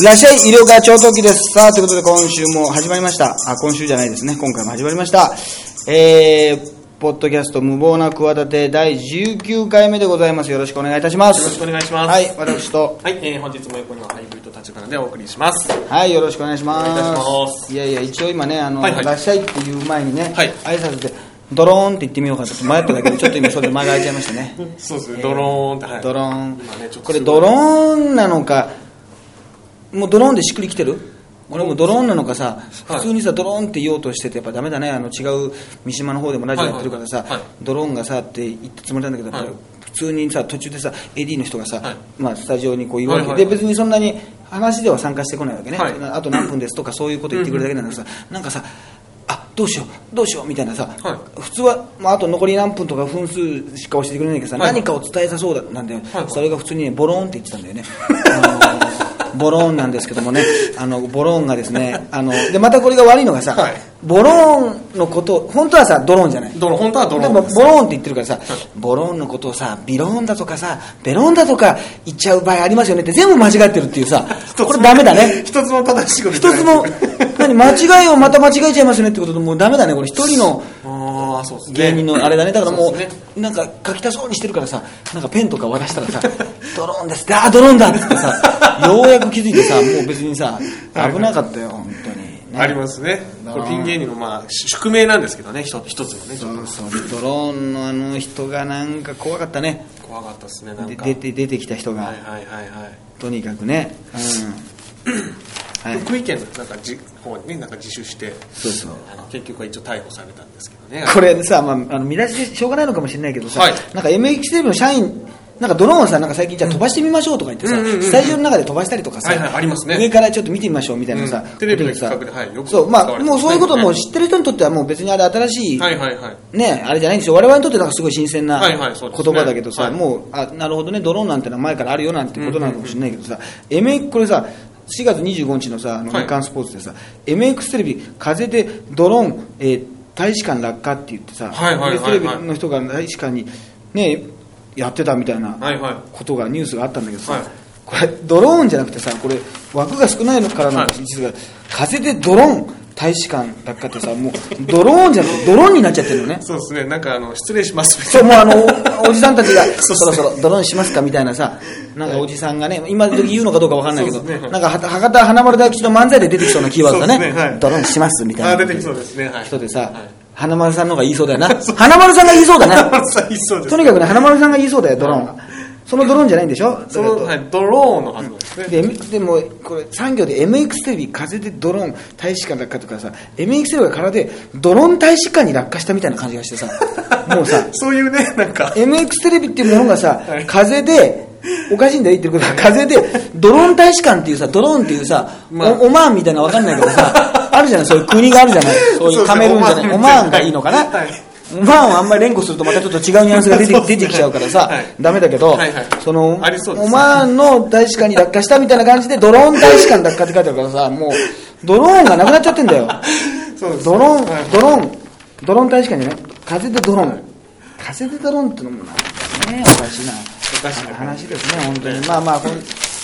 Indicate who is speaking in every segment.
Speaker 1: いらっしゃい、医療科超特急です。さあ、ということで今週も始まりました。あ、今週じゃないですね。今回も始まりました。えー、ポッドキャスト無謀な企て第19回目でございます。よろしくお願いいたします。
Speaker 2: よろしくお願いします
Speaker 1: はい、私と。
Speaker 2: はい、えー、本日も横のハイブリッド立花でお送りします。
Speaker 1: はい、よろしくお願いします。
Speaker 2: お願いいたします
Speaker 1: いやいや、一応今ね、あの、
Speaker 2: はいはい
Speaker 1: らっしゃいっていう前にね、
Speaker 2: はい
Speaker 1: 挨拶で、ドローンって言ってみようかと迷っただけで、ちょっと今それで間が空いちゃいましたね。
Speaker 2: そうです
Speaker 1: え
Speaker 2: ね、ドローンって、はい。
Speaker 1: ドローン、
Speaker 2: 今ねちょっと
Speaker 1: これドローンなのかもうドローンでしっくりきてる俺もドローンなのかさ
Speaker 2: はい
Speaker 1: 普通にさドローンって言おうとしててやっぱダメだねあの違う三島の方でもラジオやってるからさ
Speaker 2: はいはいはいはい
Speaker 1: ドローンがさって言ったつもりなんだけど、
Speaker 2: はい
Speaker 1: 普通にさ途中でさ AD の人がさ、
Speaker 2: はい
Speaker 1: まあ、スタジオにこう言われて、
Speaker 2: はいはい
Speaker 1: で別にそんなに話では参加してこないわけね、
Speaker 2: はい
Speaker 1: あと何分ですとかそういうこと言ってくるだけなのにさ、なんかさあどうしようどうしようみたいなさ、
Speaker 2: はい
Speaker 1: 普通は、まあ、あと残り何分とか分数しか教えてくれないけどさ、
Speaker 2: はい
Speaker 1: 何かを伝えたそうだなんだよ、
Speaker 2: はいはい
Speaker 1: それが普通に、ね、ボローンって言ってたんだよ ねあのボローンなんですけどもねあのボローンがですねあのでまたこれが悪いのがさ、
Speaker 2: はい
Speaker 1: ボローンのこと本当はさドローンじゃない
Speaker 2: ドローン、本当はドロ
Speaker 1: で
Speaker 2: ーン
Speaker 1: も
Speaker 2: です。
Speaker 1: ボローンって言ってるからさ、ボローンのことをさ、ビローンだとかさ、ベローンだとか言っちゃう場合ありますよねって全部間違ってるっていう さ、これダメだね。
Speaker 2: 一つも正しいこと
Speaker 1: 一つ も、何、間違いをまた間違えちゃいますねってことでもうダメだね、これ一人の
Speaker 2: も。ああ、そうですね。
Speaker 1: 芸人のあれだね、だからも
Speaker 2: そうですね
Speaker 1: う、なんか書きたそうにしてるからさ、なんかペンとか渡したら さ、ドローンですって、あー、ドローンだってってさ、ようやく気づいてさ、もう別にさ、危なかったよ、本当に。ね
Speaker 2: ありますね。これピン芸人の、まあ、し宿命なんですけどね、ひと一つのね、ちょっと
Speaker 1: そうそうドローンのあの人がなんか怖かったね。
Speaker 2: 怖かったですね、なん
Speaker 1: で
Speaker 2: か。
Speaker 1: 出て出てきた人が、
Speaker 2: はいはいはいはい。
Speaker 1: とにかくね、 うん、はい
Speaker 2: 福井県のなんかじ方にね、なんか自首して、
Speaker 1: そうそう
Speaker 2: あの結局は一応逮捕されたんですけどね。
Speaker 1: これさ、まあ、あの見出しでしょうがないのかもしれないけどさ、
Speaker 2: はい
Speaker 1: なんか MX テレビの社員なんかドローンをさなんか最近じゃあ飛ばしてみましょうとか言ってさ、
Speaker 2: うんうんうんうん
Speaker 1: スタジオの中で飛ばしたりとかさ、
Speaker 2: はいはいありますね
Speaker 1: 上からちょっと見てみましょうみたいなさ、
Speaker 2: うんテレビの企画
Speaker 1: こ
Speaker 2: で
Speaker 1: とさ
Speaker 2: はいよく
Speaker 1: そうま
Speaker 2: 使わ
Speaker 1: あ
Speaker 2: れてま
Speaker 1: もう
Speaker 2: すね
Speaker 1: そういうことも知ってる人にとってはもう別にあれ新しい
Speaker 2: はいはいはい。
Speaker 1: ね、あれじゃないんですよ、我々にとってなんかすごい新鮮な
Speaker 2: はい
Speaker 1: 言
Speaker 2: はいそうですね
Speaker 1: 葉だけどさ、
Speaker 2: はい
Speaker 1: もうあなるほどね、ドローンなんてのは前からあるよなんてことなのかもしれないけどさ、MX これさ、4月25日のさ、あの
Speaker 2: はい
Speaker 1: 日刊スポーツでさ、MX テレビ、風でドローン、えー大使館落下って言ってさ、
Speaker 2: はいはいはいはい
Speaker 1: MX テレビの人が大使館に、ね、やってたみたいな
Speaker 2: はいはい
Speaker 1: ことが、ニュースがあったんだけどさ、
Speaker 2: はい
Speaker 1: これ、ドローンじゃなくてさ、これ、枠が少ないのからなんか、
Speaker 2: は
Speaker 1: 実は、風でドローン、大使館落下ってさ、もうドローンじゃなくて、ドローンになっちゃってるのね。
Speaker 2: そうですね、なんかあの、失礼しますみた
Speaker 1: そ
Speaker 2: いうな。
Speaker 1: もうあ のおおじさんたちが
Speaker 2: そ
Speaker 1: そう
Speaker 2: そ
Speaker 1: ろ
Speaker 2: う
Speaker 1: そろドローンしますかみたいなさなんかおじさんがね今時言うのかどうかわかんないけど、
Speaker 2: そうですね
Speaker 1: なんかは博多華丸大吉の漫才で出てきそうなキーワードだね
Speaker 2: そうですねはい
Speaker 1: ドローンしますみたいな
Speaker 2: あ出てきそうですねはい
Speaker 1: 人でさ、
Speaker 2: はい
Speaker 1: 花丸さんの方が言いそうだよな 花丸さんが言いそうだ
Speaker 2: 花
Speaker 1: な
Speaker 2: 丸さん言い そうです
Speaker 1: とにかくね花丸さんが言いそうだよドローンはそのドローンじゃないんでしょ
Speaker 2: その、はい、ドローンのはずなんですね。
Speaker 1: で M- でもこれ産業で MX テレビ風でドローン大使館落下とかさ MX テレビが空でドローン大使館に落下したみたいな感じがして さもうさ
Speaker 2: そういうね、なん か、
Speaker 1: MX テレビっていうものがさ
Speaker 2: はい、
Speaker 1: 風で、おかしいんだよ言ってることは、風で、ドローン大使館っていうさ、ドローンっていうさ、
Speaker 2: まあ
Speaker 1: おオマーンみたいなのわかんないけど さ、あるじゃない、そういう国があるじゃない、そういうカメルーンじゃない、
Speaker 2: そうですね
Speaker 1: オマーンがいいのかな。
Speaker 2: はい
Speaker 1: オマーンをあんまり連呼するとまたちょっと違うニュアンスが出て
Speaker 2: そうです
Speaker 1: 出
Speaker 2: ね
Speaker 1: てきちゃうからさ、
Speaker 2: はい
Speaker 1: ダメだけど、
Speaker 2: はいはい
Speaker 1: その
Speaker 2: ありそうです
Speaker 1: オマーンの大使館に落下したみたいな感じでドローン大使館落下って書いてあるからさもうドローンがなくなっちゃってんだ よ
Speaker 2: そうです
Speaker 1: ドローン、
Speaker 2: はい
Speaker 1: ドローン、ドローン大使館じゃない風でドローン。風でドローンってのもなんかね、おかしな
Speaker 2: かしいな
Speaker 1: 話ですね、本当に。まあまあ、今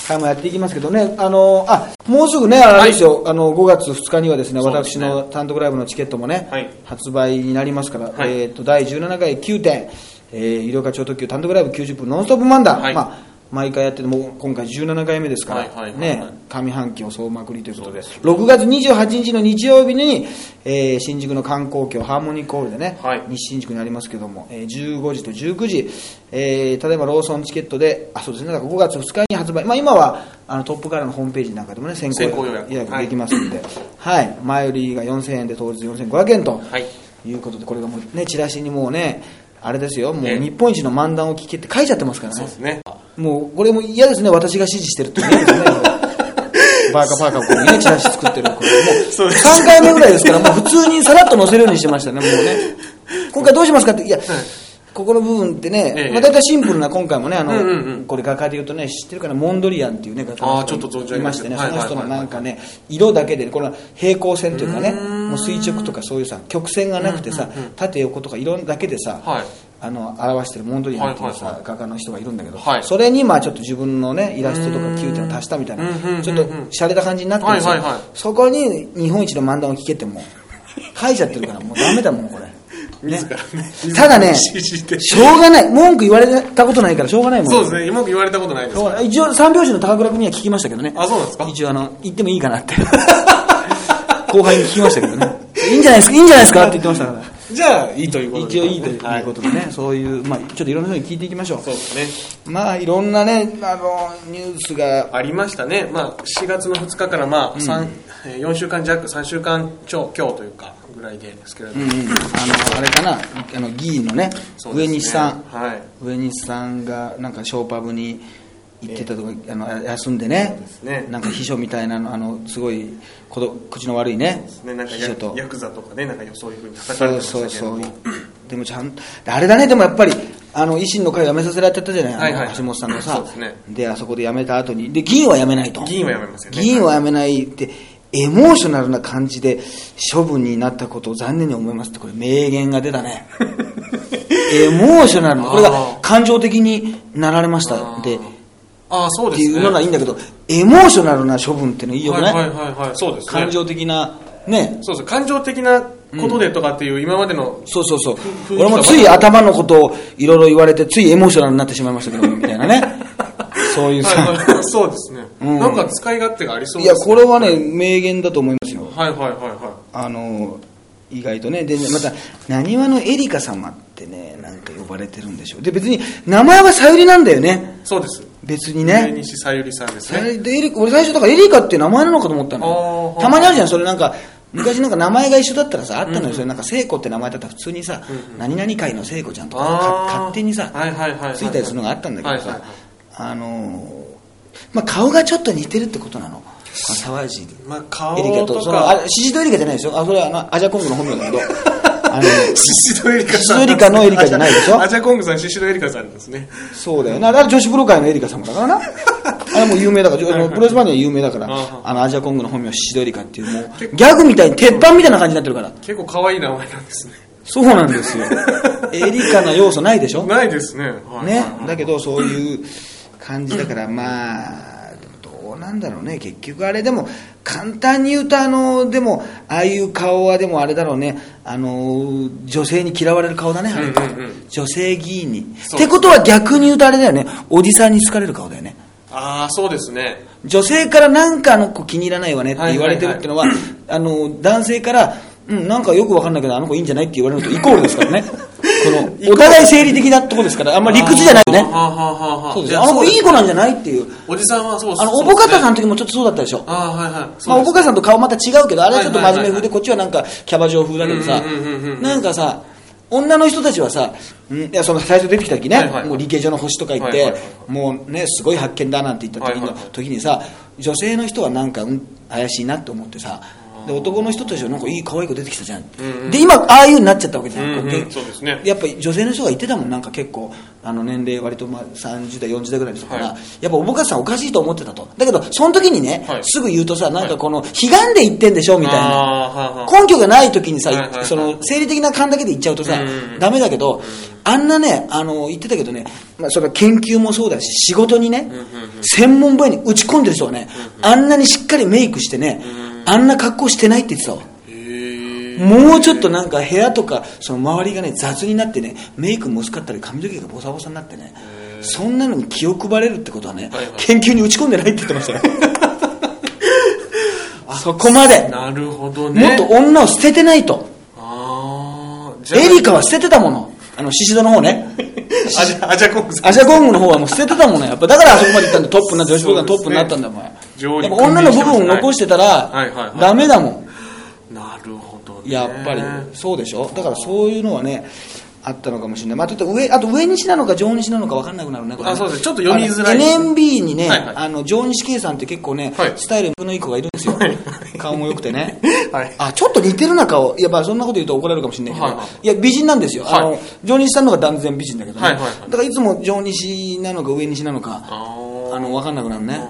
Speaker 1: 回もやっていきますけどね、あの、あ、もうすぐね、あれですよ、あの、5月2日にはですね、
Speaker 2: そうで
Speaker 1: 私
Speaker 2: すね
Speaker 1: の単独ライブのチケットもね、
Speaker 2: はい
Speaker 1: 発売になりますから、
Speaker 2: はい
Speaker 1: えっと、第17回9点、えー、医療課長特急単独ライブ90分ノンストップ漫談、
Speaker 2: はい
Speaker 1: まあ、毎回やってて、もう今回17回目ですから、
Speaker 2: はいはいはいはい
Speaker 1: ね、上半期を総まくりということで、
Speaker 2: そう
Speaker 1: 6月28日の日曜日に、えー新宿の観光協ハーモニーコールでね、
Speaker 2: はい
Speaker 1: 西新宿にありますけども、えー15時と19時、えー例えばローソンチケットで、あそうですね、だから5月2日に発売、まあ、今はあのトップからのホームページなんかでもね、先
Speaker 2: 先
Speaker 1: 行
Speaker 2: 行
Speaker 1: 予
Speaker 2: 予
Speaker 1: 約
Speaker 2: 約
Speaker 1: できますんで、はい前売りが4000円で当日4500円と、
Speaker 2: はい
Speaker 1: い、うことで、これがもうね、チラシにもうね、あれですよ、もう
Speaker 2: ええ
Speaker 1: 日本一の漫談を聞けって書いちゃってますから
Speaker 2: そう
Speaker 1: ね
Speaker 2: で。すね。
Speaker 1: もうこれも嫌ですね、私が指示してるってね、 バーカパーカーをこうね、チラシ作ってる、これも
Speaker 2: そううです
Speaker 1: 3回目ぐらいですから、もう普通にさらっと載せるようにしてましたね、もうね。今回どうしますかって、いや、ここの部分ってね、
Speaker 2: ええ
Speaker 1: まあ、大体シンプルな今回もねあの、
Speaker 2: うんうんうん
Speaker 1: これ画家で言うとね知ってるかなモンドリアンっていうね画家
Speaker 2: あーちょっと存じ上
Speaker 1: い
Speaker 2: げ
Speaker 1: ま
Speaker 2: ま
Speaker 1: し
Speaker 2: す
Speaker 1: てね
Speaker 2: は
Speaker 1: そ
Speaker 2: い
Speaker 1: の人の
Speaker 2: はいはい
Speaker 1: なんかね色だけでこの平行線というかね
Speaker 2: うーん
Speaker 1: もう垂直とかそういうさ曲線がなくてさ、縦横とか色だけでさ、
Speaker 2: はい
Speaker 1: あの表してるモンドリアンっていうさ、
Speaker 2: はいはい
Speaker 1: 画家の人がいるんだけど、
Speaker 2: はい
Speaker 1: それにまあちょっと自分のねイラストとかキューティを足したみたいな
Speaker 2: うんうんうんうん
Speaker 1: ちょっと洒落た感じになってるんですよ、
Speaker 2: はいはいはい
Speaker 1: そこに日本一の漫談を聞けても書いちゃってるからもうダメだもんこれ。
Speaker 2: 自らね。
Speaker 1: ただね、
Speaker 2: 信じて
Speaker 1: しょうがない。文句言われたことないからしょうがないもん。
Speaker 2: そうですね、うまく言われたことないです
Speaker 1: しょうがない一応、三拍子の高倉君には聞きましたけどね。
Speaker 2: あそうなんですか
Speaker 1: 一応、あの、言ってもいいかなって。 後輩に聞きましたけどね。いいんじゃないですか、いいんじゃないですかって言ってましたから。
Speaker 2: じゃあ、いいということで。
Speaker 1: 一応いいということでね、そういう、まあ、ちょっといろんな人に聞いていきましょう。まあ、いろんなね、あの、ニュースが、
Speaker 2: ありましたね、まあ、4月の2日から、まあ三えー4週間弱、3週間超今日というかぐらいですけれど
Speaker 1: う
Speaker 2: も、
Speaker 1: んうん、あの、あれかな、あの、議員のね、
Speaker 2: そうで
Speaker 1: 上
Speaker 2: すね
Speaker 1: 西さん。
Speaker 2: はい、
Speaker 1: 上西さんがなんかショーパブに行ってたとこ、あの休んでね
Speaker 2: ですね
Speaker 1: なんか秘書みたいなのあのすごいこど口の悪いね
Speaker 2: ね、なんか
Speaker 1: 秘
Speaker 2: ヤ
Speaker 1: 書
Speaker 2: ク
Speaker 1: と
Speaker 2: ヤクザとかね、なんかそういうふうに叩かれて
Speaker 1: そう
Speaker 2: ました
Speaker 1: そう
Speaker 2: けれ
Speaker 1: そ
Speaker 2: ども
Speaker 1: うでもちゃんとあれだねでもやっぱりあの維新の会辞めさせられてたじゃない、あの
Speaker 2: はいはい
Speaker 1: 橋本さんのさ
Speaker 2: そうですね
Speaker 1: であそこで辞めた後にで議員は辞めないと
Speaker 2: 議員はやめますよね。
Speaker 1: 議員は辞めないってエモーショナルな感じで処分になったことを残念に思いますってこれ名言が出た ねエモーショナルなこれが感情的になられましたで
Speaker 2: ああ、そう
Speaker 1: っ
Speaker 2: で
Speaker 1: てい
Speaker 2: すね。
Speaker 1: うのはいいんだけどエモーショナルな処分ってのいいよく
Speaker 2: はい
Speaker 1: な
Speaker 2: はい
Speaker 1: い
Speaker 2: はいはい、そうですね。
Speaker 1: 感情的なね
Speaker 2: そうそう、感情的なことでとかっていう、今までの、
Speaker 1: そうそうそう
Speaker 2: ふ
Speaker 1: 俺もつい頭のことをいろいろ言われてついエモーショナルになってしまいましたけどみたいな ねそういう
Speaker 2: はい
Speaker 1: さ
Speaker 2: はい、そうですね、
Speaker 1: うん
Speaker 2: なんか使い勝手がありそう
Speaker 1: い
Speaker 2: で
Speaker 1: や
Speaker 2: す
Speaker 1: これはね名言だと思いますよ
Speaker 2: はいはいはいは
Speaker 1: あの意外とねでまたなにわのエリカ様ってねなんか呼ばれてるんでしょうで別に名前はさゆりなんだよね
Speaker 2: い。そうです。
Speaker 1: 別に
Speaker 2: 上
Speaker 1: ね
Speaker 2: 西さゆりさんです
Speaker 1: さ
Speaker 2: ね。
Speaker 1: ゆりでエリ俺最初だからエリカって名前なのかと思ったの
Speaker 2: あー
Speaker 1: たまにあるじゃんそれなんか昔なんか名前が一緒だったらさあったのよそれなんか聖子って名前だったら普通にさ何々会の聖子ちゃんとかか
Speaker 2: あー
Speaker 1: 勝手にさ
Speaker 2: はいはいはいはい
Speaker 1: ついたりするのがあったんだけど
Speaker 2: はい
Speaker 1: さ
Speaker 2: はいはい
Speaker 1: あのーまあ顔がちょっと似てるってことなのこの沢尻
Speaker 2: まあ、顔
Speaker 1: エリカと
Speaker 2: と
Speaker 1: そのあ
Speaker 2: か、
Speaker 1: シシドエリカじゃないですよあそれはあのアジャコングの 本名だけどあの
Speaker 2: シ シドエリカ
Speaker 1: シシドエリカのエリカじゃないでしょ
Speaker 2: アジャコングさん、シシドエリカさんですね。
Speaker 1: そうだよなあれは女子プロ界のエリカ様だ からなあれもう有名だからあのプロレスマニアは有名だから
Speaker 2: あは
Speaker 1: あのアジャコングの本名はシシドエリカっていうも
Speaker 2: 結
Speaker 1: う
Speaker 2: 構
Speaker 1: ギャグみたいに鉄板みたいな感じになってるから
Speaker 2: 結構可愛い名前なんですね。
Speaker 1: そうなんですよ エリカの要素ないでしょ
Speaker 2: ないですね。はい
Speaker 1: ね
Speaker 2: はい、
Speaker 1: だけどそういう感じだから、まあどうなんだろうね結局あれでも簡単に言うとあのでもああいう顔はでもあれだろうねあの女性に嫌われる顔だね、あれ
Speaker 2: うんうんうん
Speaker 1: 女性議員にっ
Speaker 2: そう
Speaker 1: てことは逆に言うとあれだよねおじさんに好かれる顔だよね
Speaker 2: ああ、そうですね。
Speaker 1: 女性からなんかあの子気に入らないわねって言われてる ってのは,、あの男性から、うん、なんかよくわかんないけどあの子いいんじゃないって言われるのとイコールですからね このお互い生理的なとこですからあんまり理屈じゃないよね
Speaker 2: はあ、はあはあはあ、
Speaker 1: そうです
Speaker 2: い
Speaker 1: ね
Speaker 2: や
Speaker 1: あの子いい
Speaker 2: そう
Speaker 1: 子なんじゃないっていう、
Speaker 2: おじさんはそう
Speaker 1: あの、おぼかたさんの時もちょっとそうだったでしょ。
Speaker 2: ああ、はいはい。
Speaker 1: まあ、おぼかたさんと顔また違うけど、あれはちょっと真面目
Speaker 2: はいはいは
Speaker 1: 風
Speaker 2: い
Speaker 1: で、こっちはなんかキャバ嬢風だけどさ
Speaker 2: うんうんうんうんう、ん
Speaker 1: なんかさ、女の人たちはさ、うんいやその最初出てきた時ね、
Speaker 2: はいはい
Speaker 1: もう理系女の星とか言っ
Speaker 2: はい
Speaker 1: て
Speaker 2: はいはい、
Speaker 1: もうね、すごい発見だなんて言った時の
Speaker 2: はいはいはい
Speaker 1: 時にさ、女性の人はなんか、うん、怪しいなって思ってさ、で男の人たちはなんかいい可愛い子出てきたじゃん、
Speaker 2: うんうん
Speaker 1: で今ああいうになっちゃったわけじゃん、
Speaker 2: うんうん
Speaker 1: こけ
Speaker 2: そうですね
Speaker 1: やっぱり女性の人が言ってたもんなんか結構あの年齢割とまあ30代40代ぐらいの人から、
Speaker 2: はい
Speaker 1: やっぱおぼかさんおかしいと思ってたとだけどその時にね、
Speaker 2: はい
Speaker 1: すぐ言うとさなんかこの悲願で言ってんでしょみたいな、
Speaker 2: あーはあはあ
Speaker 1: 根拠がない時にさ、
Speaker 2: はいはいはい
Speaker 1: その生理的な勘だけで言っちゃうとさ、
Speaker 2: うん
Speaker 1: ダメだけど、あんなねあの言ってたけどね、まあ、それは研究もそうだし仕事にね、
Speaker 2: んうんうん
Speaker 1: 専門分野に打ち込んでる人はね、あんなにしっかりメイクしてね、あんな格好してないって言ってたわ
Speaker 2: へー
Speaker 1: もうちょっとなんか部屋とかその周りがね雑になってねメイクも薄かったり髪の毛がボサボサになってねそんなのに気を配れるってことはね
Speaker 2: はいはい
Speaker 1: 研究に打ち込んでないって言ってま したよそこまで
Speaker 2: なるほど
Speaker 1: も
Speaker 2: ね。
Speaker 1: っと女を捨ててないと
Speaker 2: ああ、じゃあ
Speaker 1: エリカは捨ててたものあの宍戸の方 ね
Speaker 2: アジャ、アジャコングさん。
Speaker 1: アジャゴングの方はもう捨ててたもんねやっぱだからあそこまで行ったんでトップになって女子プロがトップになったんだもんや
Speaker 2: 上位
Speaker 1: っぱ女の部分を残してたら
Speaker 2: はいはいはい
Speaker 1: ダメだもん
Speaker 2: なるほどね。
Speaker 1: やっぱりそうでしょだからそういうのはねあったのかもしれない、まあ、ちょっと上あと上西なのか上西なのか分かんなくなるねこれね
Speaker 2: あそうですちょっと読みづらいです
Speaker 1: あの NMB にね、
Speaker 2: はいはい
Speaker 1: あの上西圭さんって結構ね、
Speaker 2: はい
Speaker 1: スタイルのいい子がいるんですよ、
Speaker 2: はい
Speaker 1: 顔も良くてね、
Speaker 2: はい
Speaker 1: あちょっと似てるな顔いやまあそんなこと言うと怒られるかもしれないけど、
Speaker 2: はいいは
Speaker 1: や美人なんですよ、あ
Speaker 2: は
Speaker 1: の
Speaker 2: い
Speaker 1: 上西さんの方が断然美人だけどね、
Speaker 2: はいはいはい
Speaker 1: だからいつも上西なのか上西なのか
Speaker 2: あー
Speaker 1: あの分かんなくなるね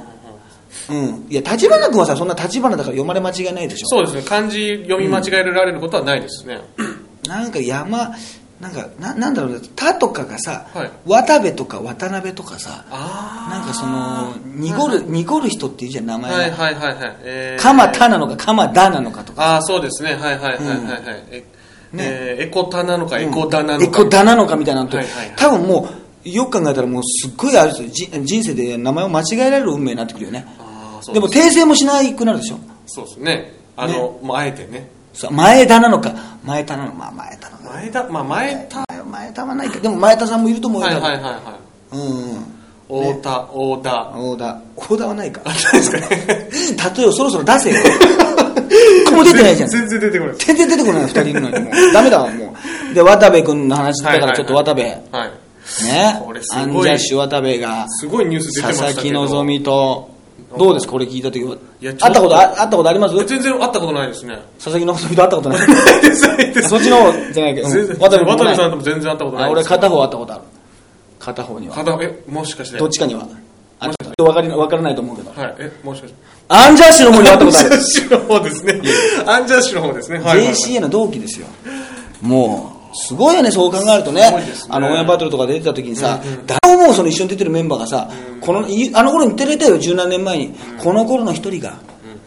Speaker 1: うんいや立花君はさそんな立花だから読まれ間違いないでしょ
Speaker 2: そうですね漢字読み間違えられることはないですね、
Speaker 1: なんか山なんかななんだろうね「田」とかがさ、
Speaker 2: はい
Speaker 1: 渡部とか渡辺とかさ
Speaker 2: あ
Speaker 1: なんかそ
Speaker 2: あ
Speaker 1: の濁る濁る人っていうじゃん名前が、
Speaker 2: はいはいはいはいえー
Speaker 1: かまたなのかかまだなのかとか
Speaker 2: ああそうですねはいはいはいはいはい、ええーエコタなのかエコダな
Speaker 1: エ
Speaker 2: のか、
Speaker 1: コだなのかみたいなのと、
Speaker 2: はいはいはい
Speaker 1: 多分もうよく考えたらもうすっごいある人じ人生で名前を間違えられる運命になってくるよね
Speaker 2: ああ
Speaker 1: で
Speaker 2: そうで
Speaker 1: も
Speaker 2: す
Speaker 1: 訂正もしないくなるでしょ
Speaker 2: そうですねあの、
Speaker 1: ね
Speaker 2: もうあえてね
Speaker 1: さ前田なのか前田なのまあ前田なのか
Speaker 2: 前田まあ前田は
Speaker 1: 前前田はないかでも前田さんもいると思
Speaker 2: いう
Speaker 1: よ、
Speaker 2: はいはいはい
Speaker 1: うんうん
Speaker 2: 太田太田
Speaker 1: 大田大田はないか
Speaker 2: あそうですかね
Speaker 1: 例えをそろそろ出 せよここも出てないじゃん
Speaker 2: 全然出てこないです
Speaker 1: 全然出てこない2人いるのにもうダメだわもうで渡部君の話だからちょっと渡部、
Speaker 2: はい
Speaker 1: ね
Speaker 2: これすごい
Speaker 1: アンジャッシュ渡部が
Speaker 2: すごいニュース出てま
Speaker 1: 佐
Speaker 2: した
Speaker 1: 々
Speaker 2: けど
Speaker 1: 木希とどうですこれ聞いた時はい会
Speaker 2: や
Speaker 1: っ
Speaker 2: ちょ
Speaker 1: た
Speaker 2: っと
Speaker 1: ことあ会ったことあります佐
Speaker 2: 全然会ったことないですね
Speaker 1: 々木希と会った ことない そ
Speaker 2: そ
Speaker 1: っちの方じゃないけど、
Speaker 2: 全
Speaker 1: うん
Speaker 2: 然
Speaker 1: 渡部君もな
Speaker 2: 渡部
Speaker 1: い
Speaker 2: さんとも全然会ったことな
Speaker 1: あ
Speaker 2: い
Speaker 1: 俺
Speaker 2: です
Speaker 1: 片方会ったことある片方には
Speaker 2: 片えもしかして
Speaker 1: どっちかにはあちょっと分かり分からないと思 うけど
Speaker 2: はいえもしかして
Speaker 1: アンジャッシュの方に会ったことあ
Speaker 2: アンジャ
Speaker 1: る
Speaker 2: ッシュの方ですねアンジャッシュの方ですねはいはいはい
Speaker 1: JCA の同期ですよもうすごいよねそう考えるとね
Speaker 2: すごいですね
Speaker 1: あのオンエアバトルとか出てた時にさ、誰ももうその一緒に出てるメンバーがさ、このいあの頃にテレビたよ十何年前に、この頃の一人が、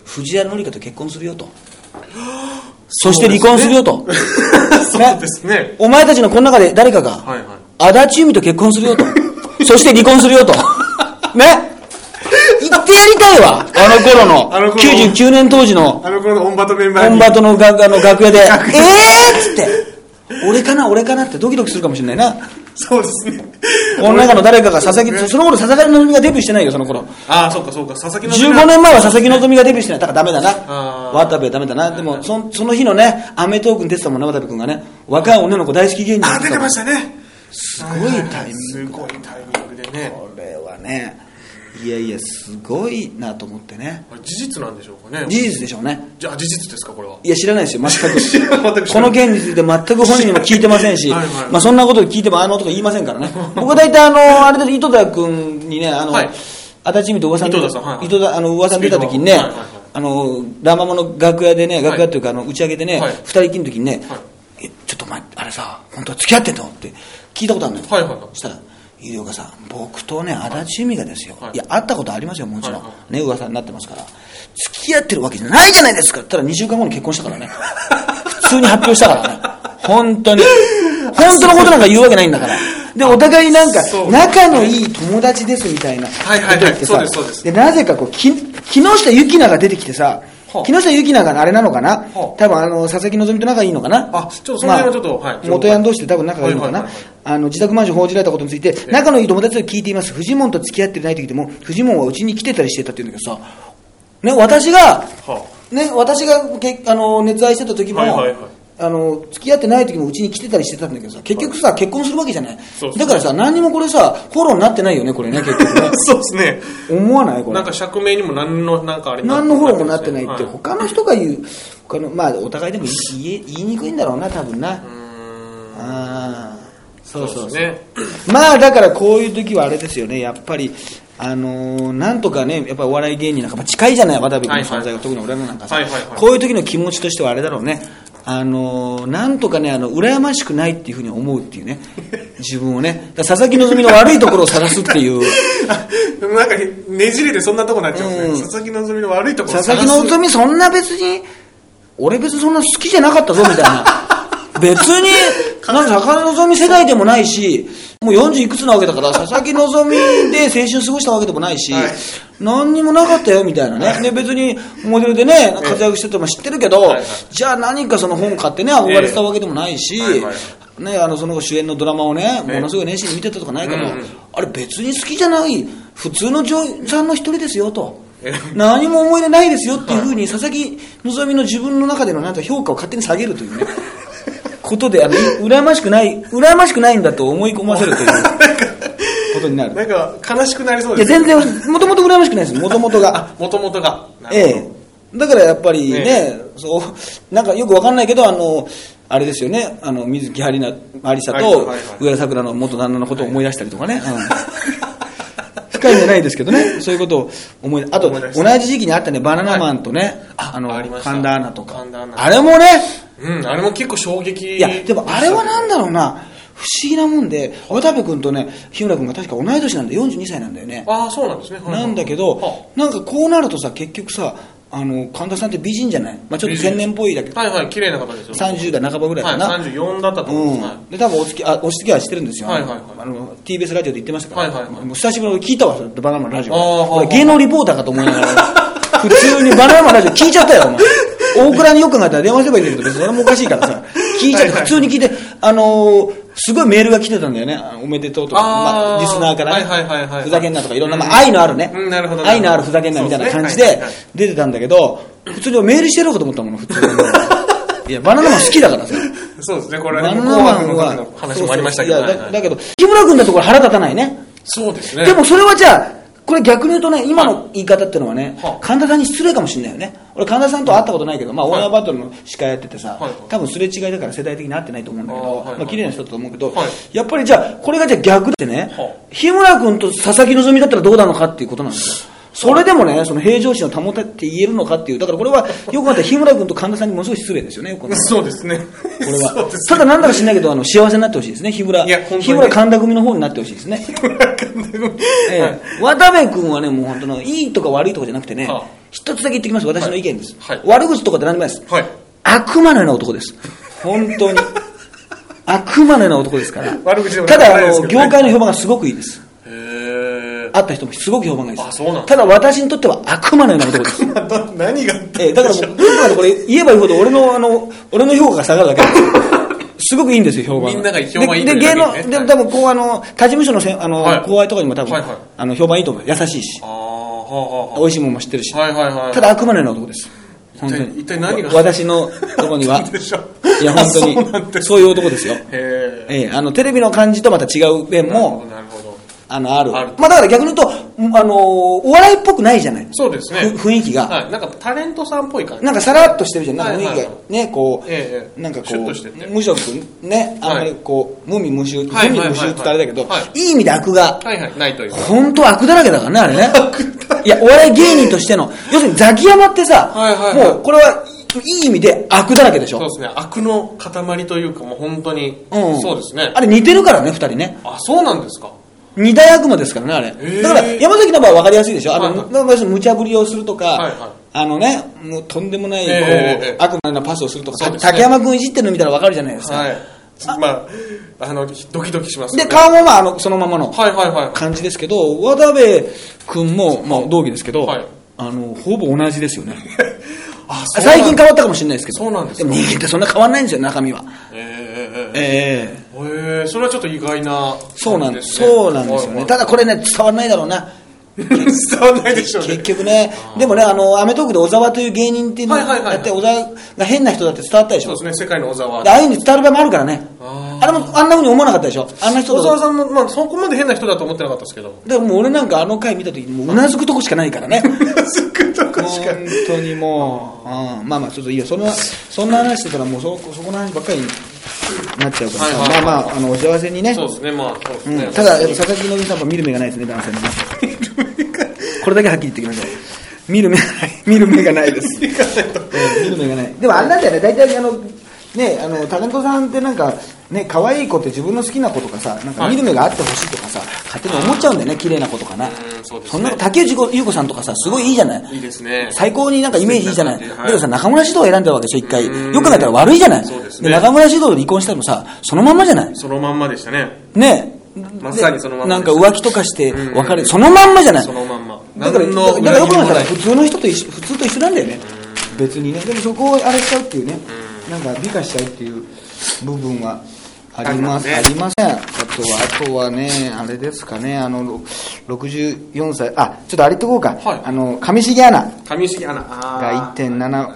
Speaker 1: 藤原紀香と結婚するよと、そして離婚するよと
Speaker 2: そうですね
Speaker 1: お前たちのこの中で誰かが、
Speaker 2: はいはい
Speaker 1: 足立由美と結婚するよとそして離婚する よとね言ってやりたいわあの頃
Speaker 2: あの
Speaker 1: の
Speaker 2: 頃
Speaker 1: 99年当時の
Speaker 2: あの頃のオンバトメンバー
Speaker 1: 本
Speaker 2: に
Speaker 1: 場との楽あの楽屋で、えーっつって、俺かな、俺かなってドキドキするかもしれないな。
Speaker 2: そうですね
Speaker 1: この中の誰かが佐々木、その頃佐々木希がデビューしてないよ、その頃。
Speaker 2: ああそうかそうか佐々木の
Speaker 1: 15年前は佐々木希がデビューしてない。だからダメだな。
Speaker 2: あー
Speaker 1: 渡部はダメだな。でも、そその日のね、アメトークに出てたもんね、渡部君がね。若い女の子大好き芸人
Speaker 2: ああ
Speaker 1: だ
Speaker 2: 出
Speaker 1: って
Speaker 2: ましたたね
Speaker 1: すごいタイミング
Speaker 2: すごいタイミングでね
Speaker 1: これはね、いやいや、すごいなと思ってね。
Speaker 2: あれ事実なんでしょうかね
Speaker 1: 事実でしょうね。
Speaker 2: じゃあ事実ですかこれはい
Speaker 1: や、知らないですよ、全く。
Speaker 2: 知ら 全く知
Speaker 1: こ
Speaker 2: らな
Speaker 1: の
Speaker 2: い
Speaker 1: 件について全く本人にも聞いてませんし、
Speaker 2: はいはい
Speaker 1: まあそんなことで聞いてもあのとか言いませんからね。僕は大体あの、あれで糸田君にね、あの、
Speaker 2: はい
Speaker 1: 足立美と噂に
Speaker 2: 糸田さんはいはい
Speaker 1: 糸田あの噂に出た時にね、
Speaker 2: スピードははいはいはい
Speaker 1: あの、ラママの楽屋でね、楽屋というか、あの、打ち上げでね、二、
Speaker 2: はい
Speaker 1: 人きりの時にね、
Speaker 2: はい
Speaker 1: えちょっとお前、あれさ、本当は付き合ってんのって聞いたことあるのよ。
Speaker 2: はいはいはい
Speaker 1: そしたら、飯岡さん、僕とね、足立美がですよ、
Speaker 2: はい
Speaker 1: いや、会ったことありますよ、もちろん。
Speaker 2: はいは
Speaker 1: ね、噂になってますから、付き合ってるわけじゃないじゃないですかって言ったら2週間後に結婚したからね。普通に発表したからね。本 当に。本当のことなんか言うわけないんだから。で、お互いなんか
Speaker 2: そう、
Speaker 1: 仲のいい友達ですみたいな。
Speaker 2: はいはいはい
Speaker 1: こと言ってさ
Speaker 2: そうですそうです
Speaker 1: で、なぜかこう、き木下ゆきなが出てきてさ、
Speaker 2: はあ
Speaker 1: 木下ゆきながあれなのかな、
Speaker 2: はあ
Speaker 1: 多分あの、佐々木希と仲いいのかな
Speaker 2: あちょっとその辺はちょっとはい
Speaker 1: 元ヤン同士で多分仲がいいのかな、
Speaker 2: はいはいはい
Speaker 1: あの自宅マンションを報じられたことについて、仲のいい友達と聞いています、フジモンと付き合ってないときでも、フジモンはうちに来てたりしてたって言うんだけどさ、ね、私が、
Speaker 2: は
Speaker 1: ね、私がけあの熱愛してた時も、
Speaker 2: はいはいはい
Speaker 1: あの付き合ってない時もうちに来てたりしてたんだけどさ、結局さ、結婚するわけじゃない
Speaker 2: そうそ、う
Speaker 1: だからさ、何にもこれさ、フォローになってないよね、こ れね、結局ね
Speaker 2: あ、そうですね
Speaker 1: 思わないこれ
Speaker 2: なん。か釈明にも何のなんかあれ
Speaker 1: 何のフォローもなってないって、
Speaker 2: は
Speaker 1: 他の人が言う、他のまあ、お互いでも言い言いにくいんだろうな、多分な。
Speaker 2: うーん
Speaker 1: ああそうそうそ
Speaker 2: そううです
Speaker 1: まあだからこういう時はあれですよねやっぱりあのーなんとかねやっぱお笑い芸人なんかまあ近いじゃない渡部君の存在が、
Speaker 2: はいはい
Speaker 1: 特に俺らなんかさ、
Speaker 2: はいはいはい
Speaker 1: こういう時の気持ちとしてはあれだろうねあのーなんとかねあの羨ましくないっていうふうに思うっていうね自分をねだから佐々木希の悪いところを探すっていう
Speaker 2: でもなんかねじれてそんなとこになっちゃうんですね、佐々木希の悪いところ
Speaker 1: 佐々 木希そんな別に俺別にそんな好きじゃなかったぞみたい な別になんか佐々木希世代でもないしもう40いくつなわけだから佐々木希で青春過ごしたわけでもないし、
Speaker 2: はい
Speaker 1: 何にもなかったよみたいなねで別にモデルでね活躍してても知ってるけど、
Speaker 2: はいはい
Speaker 1: じゃあ何かその本買ってね憧れてたわけでもないし、
Speaker 2: ええはいはい
Speaker 1: ね、あのその後主演のドラマをね、
Speaker 2: ええ
Speaker 1: ものすごい熱心に見てたとかないから、
Speaker 2: うんうん
Speaker 1: あれ、別に好きじゃない、普通の女優さんの一人ですよと
Speaker 2: え、
Speaker 1: 何も思い出ない ですよっていうふうに、佐々木希の自分の中でのなんか評価を勝手に下げるというね、 ことで、あの、羨ましくない、羨ましくないんだと思い込ませるということになる。
Speaker 2: なんか悲しくなりそう
Speaker 1: い
Speaker 2: で
Speaker 1: や、
Speaker 2: すね
Speaker 1: 全然、もともと羨ましくないです、もともとが。
Speaker 2: あもともとがなるほど
Speaker 1: ええ。だからやっぱりね、
Speaker 2: え
Speaker 1: そう、なんかよくわかんないけど、あの、あれですよね、あの、水木有りありさ
Speaker 2: はいはい
Speaker 1: と
Speaker 2: はい、
Speaker 1: 上田桜の元旦那のことを思い出したりとかね。うん深いんじゃないですけどね、そういうことを思い、あと、
Speaker 2: 思い出
Speaker 1: 同
Speaker 2: した
Speaker 1: じ時期にあったね、バナナマンとね、あの
Speaker 2: ありま、した
Speaker 1: 神田アナとか
Speaker 2: 神田ア。ナ
Speaker 1: あれもね、
Speaker 2: うんあれも結構衝撃
Speaker 1: いや、でもあれはなんだろうな、不思議なもんで、渡部君とね、日村君が確か同い年なんだよ、42歳なんだよね。
Speaker 2: ああそうなんですね、はいはい
Speaker 1: なんだけど
Speaker 2: あ、
Speaker 1: なんかこうなるとさ、結局さ、あの神田さんって美人じゃない、まあ、ちょっと天然っぽいだけど、
Speaker 2: はいはい綺麗な方ですよ
Speaker 1: 30代半ばぐらいかな、
Speaker 2: はい、34だったと思います、
Speaker 1: うん、で多分お付きあお付き合いしてるんですよ、
Speaker 2: はいはいはい
Speaker 1: あの TBS ラジオで言ってましたから、
Speaker 2: はいはいはい
Speaker 1: もう久しぶりに聞いたわ、それバナナマンのラジオ、
Speaker 2: あーはいはい
Speaker 1: 俺芸能リポーターかと思いな がら、普通にバナナマンのラジオ聞いちゃったよ、お前。大倉によく考えたら電話すればいいんだけど、別にそれもおかしいからさ、聞いちゃっ
Speaker 2: は
Speaker 1: て、
Speaker 2: いはい
Speaker 1: 普通に聞いて、あのーすごいメールが来てたんだよね、あのおめでとうとか、ま
Speaker 2: あー
Speaker 1: あ、リスナーからね、
Speaker 2: はいはいはいはい
Speaker 1: ふざけんなとか、いろんな、まあ、愛のあるね、
Speaker 2: うんなるほど
Speaker 1: 愛のあるふざけんなみたいな感じで
Speaker 2: そうですねはいはいはい
Speaker 1: 出てたんだけど、普通にメールしてやろうかと思ったもの、普 通に。いや、バナナマン好きだからさ。
Speaker 2: そうですねこれ
Speaker 1: バナナ
Speaker 2: 紅
Speaker 1: マ
Speaker 2: 白
Speaker 1: ン
Speaker 2: の時
Speaker 1: は
Speaker 2: の話もありましたけど
Speaker 1: そうそういや
Speaker 2: はいは
Speaker 1: だだ
Speaker 2: い
Speaker 1: けど木村君だとこれ腹立たないね
Speaker 2: そうですね
Speaker 1: でもそれはじゃあこれ逆に言うとね今の言い方っていうのはね
Speaker 2: はあ
Speaker 1: 神田さんに失礼かもしれないよね俺神田さんとは会ったことないけどまあオーナーバトルの司会やっててさ
Speaker 2: はい
Speaker 1: 多分すれ違いだから世代的に合ってないと思うんだけ
Speaker 2: ああ
Speaker 1: ど
Speaker 2: はいはい
Speaker 1: まあ綺麗な人だと思うけど
Speaker 2: はい
Speaker 1: やっぱりじゃあこれがじゃあ逆ってね
Speaker 2: はあ
Speaker 1: 日村君と佐々木希だったらどうなのかっていうことなんですよそれでもね、その平常心を保てって言えるのかっていう、だからこれは、よくまたら日村君と神田さんにものすごい失礼ですよね、よく考えたら
Speaker 2: そうですね
Speaker 1: これ
Speaker 2: そう
Speaker 1: は
Speaker 2: で。す
Speaker 1: ただなんだか知んないけど、あの、幸せになってほしいですね、日村。
Speaker 2: いや本当にね
Speaker 1: 日村神田組の方になってほしいです ね。ええ
Speaker 2: はい
Speaker 1: 渡部君はね、もう本当の、いいとか悪いとかじゃなくてね
Speaker 2: はあ、
Speaker 1: 一つだけ言ってきます、私の意見です。
Speaker 2: はいはい
Speaker 1: 悪口とかって何でもないです。
Speaker 2: はい
Speaker 1: 悪魔のような男です。本当 に。悪魔のような男ですから。
Speaker 2: 悪口でも
Speaker 1: た
Speaker 2: 何でも
Speaker 1: だ、
Speaker 2: ない
Speaker 1: あ
Speaker 2: です
Speaker 1: の、
Speaker 2: けどね
Speaker 1: 業界の評判がすごくいいです。
Speaker 2: へえ
Speaker 1: 会った人もすごく評判がいいで
Speaker 2: あ
Speaker 1: す
Speaker 2: そうなん。だ
Speaker 1: ただ私にとっては悪魔のような男です。
Speaker 2: 何があった
Speaker 1: ええだからもう、僕らこれ言えば言うほど俺の、あの、俺の評価が下がるだけなんですよすごくいいんですよ、評判
Speaker 2: みんなが評判いい
Speaker 1: で
Speaker 2: と
Speaker 1: で、
Speaker 2: いう
Speaker 1: 芸能
Speaker 2: だ、けでね
Speaker 1: で、多分こう、あの、他事務所のせんあの、
Speaker 2: はい
Speaker 1: 後輩とかにも多分、
Speaker 2: はいはい
Speaker 1: あの、評判いいと思う。優しいし
Speaker 2: あ、あはあはあ
Speaker 1: 美味しいもんも知ってるし。
Speaker 2: はいはいはい
Speaker 1: ただ、悪魔のような男です。本当に。
Speaker 2: 一体何が
Speaker 1: わ私のとこに は、
Speaker 2: でしょ
Speaker 1: いや、本
Speaker 2: あそうな
Speaker 1: 当
Speaker 2: ん
Speaker 1: に、
Speaker 2: です
Speaker 1: そういう男ですよ。
Speaker 2: へえ
Speaker 1: ええあの、テレビの感じとまた違う面も、
Speaker 2: なるほど
Speaker 1: あの、ある。
Speaker 2: ある
Speaker 1: まあ、だから逆に言うと、あの、お笑いっぽくないじゃない。
Speaker 2: そうですね
Speaker 1: ふ雰囲気が。
Speaker 2: はいなんかタレントさんっぽい感じ
Speaker 1: なんかさらっとしてるじゃん、なんか
Speaker 2: はい
Speaker 1: 雰
Speaker 2: はい
Speaker 1: 囲気がね、こう、
Speaker 2: ええ
Speaker 1: なんかこ
Speaker 2: シュッとしてて
Speaker 1: う、無色ね、あんまりこう、無味無臭、無
Speaker 2: はい
Speaker 1: 味
Speaker 2: はいはいはい
Speaker 1: 無臭って言ったらあれだけど
Speaker 2: は、
Speaker 1: いい意味で悪が、
Speaker 2: はいはいないというか
Speaker 1: 本当悪だらけだからね、あれね。いや、お笑い芸人としての、要するにザキヤマってさ
Speaker 2: はいは、いはい
Speaker 1: もうこれはいい意味で悪だらけでし
Speaker 2: そう
Speaker 1: ょ
Speaker 2: で。すね悪の塊というかもう本当に
Speaker 1: ん
Speaker 2: そうですね
Speaker 1: あれ似てるからね、二人ね。
Speaker 2: あそうなんですか
Speaker 1: 二大悪魔ですからね、あれ。
Speaker 2: え
Speaker 1: だから、山崎の場合は分かりやすいでしょ。あ
Speaker 2: はい
Speaker 1: の、
Speaker 2: はい
Speaker 1: なんか要するに無茶ぶりをするとか、
Speaker 2: はいはい
Speaker 1: あのね、もうとんでもない、こう、
Speaker 2: ええええ
Speaker 1: 悪魔のパスをするとか、
Speaker 2: そうですね
Speaker 1: 竹山君いじってるの見たら分かるじゃないですか。
Speaker 2: はいまああのドキドキします
Speaker 1: で、
Speaker 2: よね
Speaker 1: 顔もまあ、あの、そのままの
Speaker 2: はい はいはい
Speaker 1: 感じですけど、渡部君も、まあ、同期ですけど、
Speaker 2: はい
Speaker 1: あの、ほぼ同じですよね。
Speaker 2: あそうなん
Speaker 1: 最近変わったかもしれないですけど。
Speaker 2: そうなんですか
Speaker 1: も人間ってそんな変わんないんですよ、中身は。ええ
Speaker 2: ええええええへえそれはちょっと意外な
Speaker 1: そうなんです。
Speaker 2: 感じね
Speaker 1: そうなんですよ
Speaker 2: は
Speaker 1: ね。
Speaker 2: い
Speaker 1: ただこれね、伝わらないだろうな。
Speaker 2: 伝わんないでしょうね
Speaker 1: 結局ね、でもね、あの、アメトークで小沢という芸人っていうのを
Speaker 2: はいはいはいはい
Speaker 1: やって、小沢が変な人だって伝わったでし
Speaker 2: そ
Speaker 1: ょ
Speaker 2: う。ですね世界の小沢
Speaker 1: でああいうの伝わる場合もあるからね。
Speaker 2: あ
Speaker 1: あれもあんな風に思わなかったでしょ。あんな人
Speaker 2: 小
Speaker 1: だ
Speaker 2: 沢
Speaker 1: と。
Speaker 2: さんも、まあ、そこまで変な人だと思ってなかったですけど
Speaker 1: でももう俺なんかあの回見た時にもううなずくとこしかないからね。
Speaker 2: すくとかしか
Speaker 1: 本当にもう、うん、まあまあちょっといいよそのそんな話してたらもうそそこの話ばっかりになっちゃうからさ、
Speaker 2: はいはい
Speaker 1: まあまああのお幸せにね
Speaker 2: そうですねまあそうで
Speaker 1: う
Speaker 2: すね、
Speaker 1: ん、ただやっぱ佐々木希さんも見る目がないですね男性のねこれだけはっきり言ってください見る目がない見る目がないです、ええ見る目がないでもあれなんだよね大体あのねあのタレントさんってなんかね可愛い子って自分の好きな子とかさなんか見る目があってほしいとかさ勝手に思っちゃうんだよね綺麗な子とかな
Speaker 2: うんそうですね
Speaker 1: んな竹内優子さんとかさすごいいいじゃない
Speaker 2: いいですね
Speaker 1: 最高になんかイメージいいじゃない。
Speaker 2: 素敵
Speaker 1: だ
Speaker 2: な感
Speaker 1: け
Speaker 2: じ
Speaker 1: どさ、中村獅童を選んだわけでしょ、一回。
Speaker 2: うん
Speaker 1: よく考えたら悪いじゃない。
Speaker 2: そうです
Speaker 1: で
Speaker 2: ね
Speaker 1: 中村獅童と離婚したのもさ、そのまんまじゃない。
Speaker 2: そのまんまでしたね
Speaker 1: ねえ。
Speaker 2: まさにそのまんま
Speaker 1: なんか浮気とかして
Speaker 2: うん
Speaker 1: 別れる。そのまんまじゃない。
Speaker 2: そのまんま
Speaker 1: だから、
Speaker 2: 何
Speaker 1: だ
Speaker 2: の
Speaker 1: からだからよく考えたら
Speaker 2: 恨みもない
Speaker 1: 普通の人と一緒、普通と一緒なんだよね。別にね。でもそこをあれしちゃうっていうね。なんか美化しちゃうっていう部分はあります。あ
Speaker 2: あ
Speaker 1: り
Speaker 2: り
Speaker 1: ません。佐とは、あとはね、あれですかね、あの、ろ64歳、あ、ちょっとあれとこうか、
Speaker 2: はい
Speaker 1: あの、上重アナ
Speaker 2: 上杉アナあ
Speaker 1: が
Speaker 2: ー
Speaker 1: 1.7、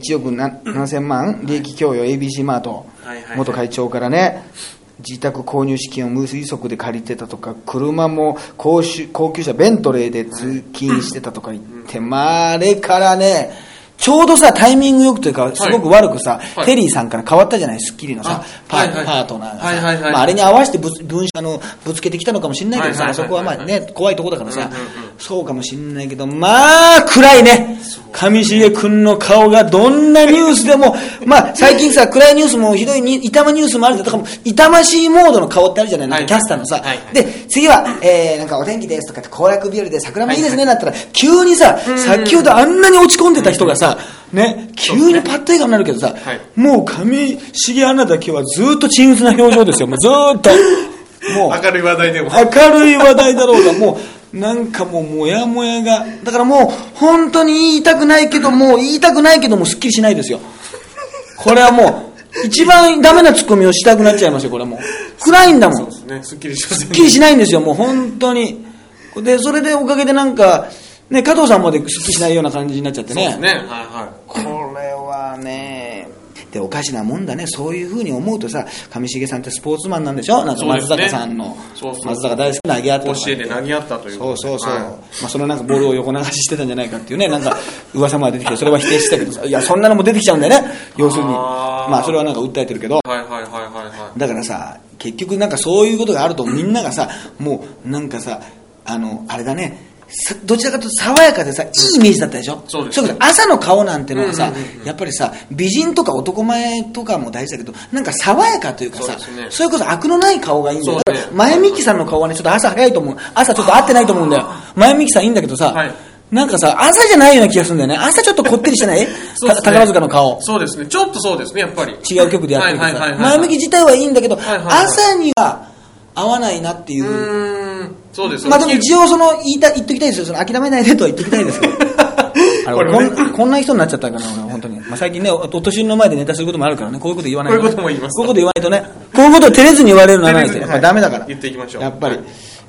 Speaker 1: 1億な7000万利益供与 ABC マート
Speaker 2: はいはいは、い
Speaker 1: 元会長からね、自宅購入資金を無利息で借りてたとか、車も高級高級車ベントレーで通勤してたとか言って、まあ、あれからね、ちょうどさ、タイミングよくというか、すごく悪くさ、
Speaker 2: はい
Speaker 1: テリーさんから変わったじゃない、スッキリのさ
Speaker 2: あ、
Speaker 1: パ
Speaker 2: はいは
Speaker 1: ー
Speaker 2: い
Speaker 1: パートナーが
Speaker 2: はいはいは
Speaker 1: さ
Speaker 2: い
Speaker 1: まあ、あれに合わせてぶつ分社のぶつけてきたのかもしれないけど
Speaker 2: は
Speaker 1: さ、
Speaker 2: いはいはい
Speaker 1: そこはまあ
Speaker 2: はい
Speaker 1: ね、怖いとこだからさ
Speaker 2: うんうんうん、
Speaker 1: そうかもしれないけど、まあ、暗いね。上重くんの顔がどんなニュースでも、 まあ、最近さ、暗いニュースもひどいに、痛まニュースもあるけど、とかも痛ましいモードの顔ってあるじゃない、なんか
Speaker 2: はい
Speaker 1: キャスターのさ
Speaker 2: はいは。い
Speaker 1: で、次は、えー、なんかお天気ですとかって、行楽日和で桜もいいですね、なったら、急にさ、先ほどあんなに落ち込んでた人がさ、ね、急にパッと笑顔になるけどさ、
Speaker 2: はい
Speaker 1: もう上重アナだけはずーっと沈鬱な表情ですよ、もうずーっ と。もう
Speaker 2: 明るい話題でも
Speaker 1: 明るい話題だろうが、もう、なんかもう、もやもやが、だからもう、本当に言いたくないけど、もう言いたくないけど、もうすっきりしないですよ。これはもう、一番ダメなツッコミをしたくなっちゃいますよ、これはもう。暗いんだもん。す
Speaker 2: ねすっきりしません
Speaker 1: っきりしないんですよ、もう本当に。で、それでおかげでなんか、ね、加藤さんまですっきりしないような感じになっちゃって
Speaker 2: そうです
Speaker 1: ね
Speaker 2: ねはいはい
Speaker 1: これはねでおかしなもんだねそういうふうに思うとさ上重さんってスポーツマンなんでしょなんか
Speaker 2: そうで
Speaker 1: 松
Speaker 2: すね
Speaker 1: 坂さんの、
Speaker 2: そうそう
Speaker 1: 松坂大好きな投げ合ったと
Speaker 2: 甲
Speaker 1: か
Speaker 2: 子園で投げ合ったという
Speaker 1: そうそうそう、
Speaker 2: はい
Speaker 1: まあ、そのなんかボールを横流ししてたんじゃないかっていうねなんか噂まで出てきてそれは否定してたけどさいやそんなのも出てきちゃうんだよね要するに
Speaker 2: あー
Speaker 1: まあそれはなんか訴えてるけど
Speaker 2: はいはいはいはいは
Speaker 1: だからさ結局なんかそういうことがあるとみんながさもうなんかさあのあれだねさどちらかというと爽やかでさいいイメージだったでしょ
Speaker 2: そうです
Speaker 1: れこそ朝の顔なんてのはさ、
Speaker 2: うんうんうん
Speaker 1: やっぱりさ美人とか男前とかも大事だけどなんか爽やかというかさ
Speaker 2: そうですね
Speaker 1: れこそ悪のない顔がいいんだよ、
Speaker 2: そうですね
Speaker 1: 前みきさんの顔はねちょっと朝早いと思う朝ちょっと合ってないと思うんだよ前みきさんいいんだけどさ、
Speaker 2: はい
Speaker 1: なんかさ朝じゃないような気がするんだよね朝ちょっとこってりしてない、
Speaker 2: そうです
Speaker 1: た
Speaker 2: ね
Speaker 1: 宝塚の顔
Speaker 2: いそうですねちょっとそうですねやっぱり
Speaker 1: 違う曲でやってるけど
Speaker 2: は
Speaker 1: さ
Speaker 2: いはいはいはい
Speaker 1: 前向き自体はいいんだけど、
Speaker 2: はいはいはい
Speaker 1: 朝には合わないなっていうう、
Speaker 2: ーんそうです
Speaker 1: まあでも一応その言いた言っときたいですよその諦めないでとは言っときたいですけど あの
Speaker 2: これね
Speaker 1: こんこんな人になっちゃったから俺本当に、まあ、最近ねおお年寄りの前でネタすることもあるからねこういうこと言わない
Speaker 2: こういうことも言います
Speaker 1: こういうこと言わないとねこういうことを照れずに言われるのはないと
Speaker 2: 照れずに
Speaker 1: やっぱりダメだから、
Speaker 2: はい言っていきましょう
Speaker 1: やっぱり、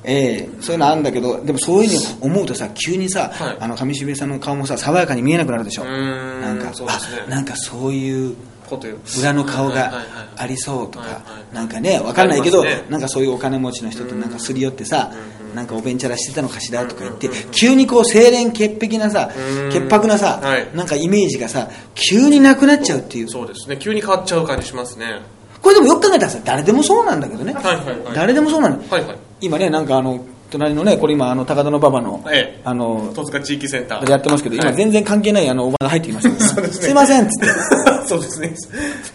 Speaker 1: ええそういうのあるんだけどでもそういうふうに思うとさ急にさ、
Speaker 2: はい
Speaker 1: あの上重さんの顔もさ爽やかに見えなくなるでしょ
Speaker 2: うーん
Speaker 1: なんか
Speaker 2: そうですね
Speaker 1: あなんかそういう
Speaker 2: ことよ
Speaker 1: 裏の顔が
Speaker 2: はいはい
Speaker 1: ありそうと
Speaker 2: はいは
Speaker 1: か
Speaker 2: い
Speaker 1: なんかねわかんないけど
Speaker 2: ありますね
Speaker 1: なんかそういうお金持ちの人となんかすり寄ってさなんかおべんちゃらしてたのかしらとか言って急にこう清廉潔癖なさ
Speaker 2: うん
Speaker 1: 潔白なさ
Speaker 2: はい
Speaker 1: なんかイメージがさ急になくなっちゃうっていう
Speaker 2: そうですね急に変わっちゃう感じしますね
Speaker 1: これでもよく考えたらさ誰でもそうなんだけどね
Speaker 2: はいはいはい
Speaker 1: 誰でもそうなんだ
Speaker 2: はいはい
Speaker 1: 今ねなんかあの隣のねこれ今あの高田の馬場の
Speaker 2: ええ
Speaker 1: あの
Speaker 2: 戸塚地域センター
Speaker 1: やってますけど今
Speaker 2: はい
Speaker 1: 全然関係ないあのおばが入ってきま したけど
Speaker 2: すね
Speaker 1: すいませんっつって
Speaker 2: そうですね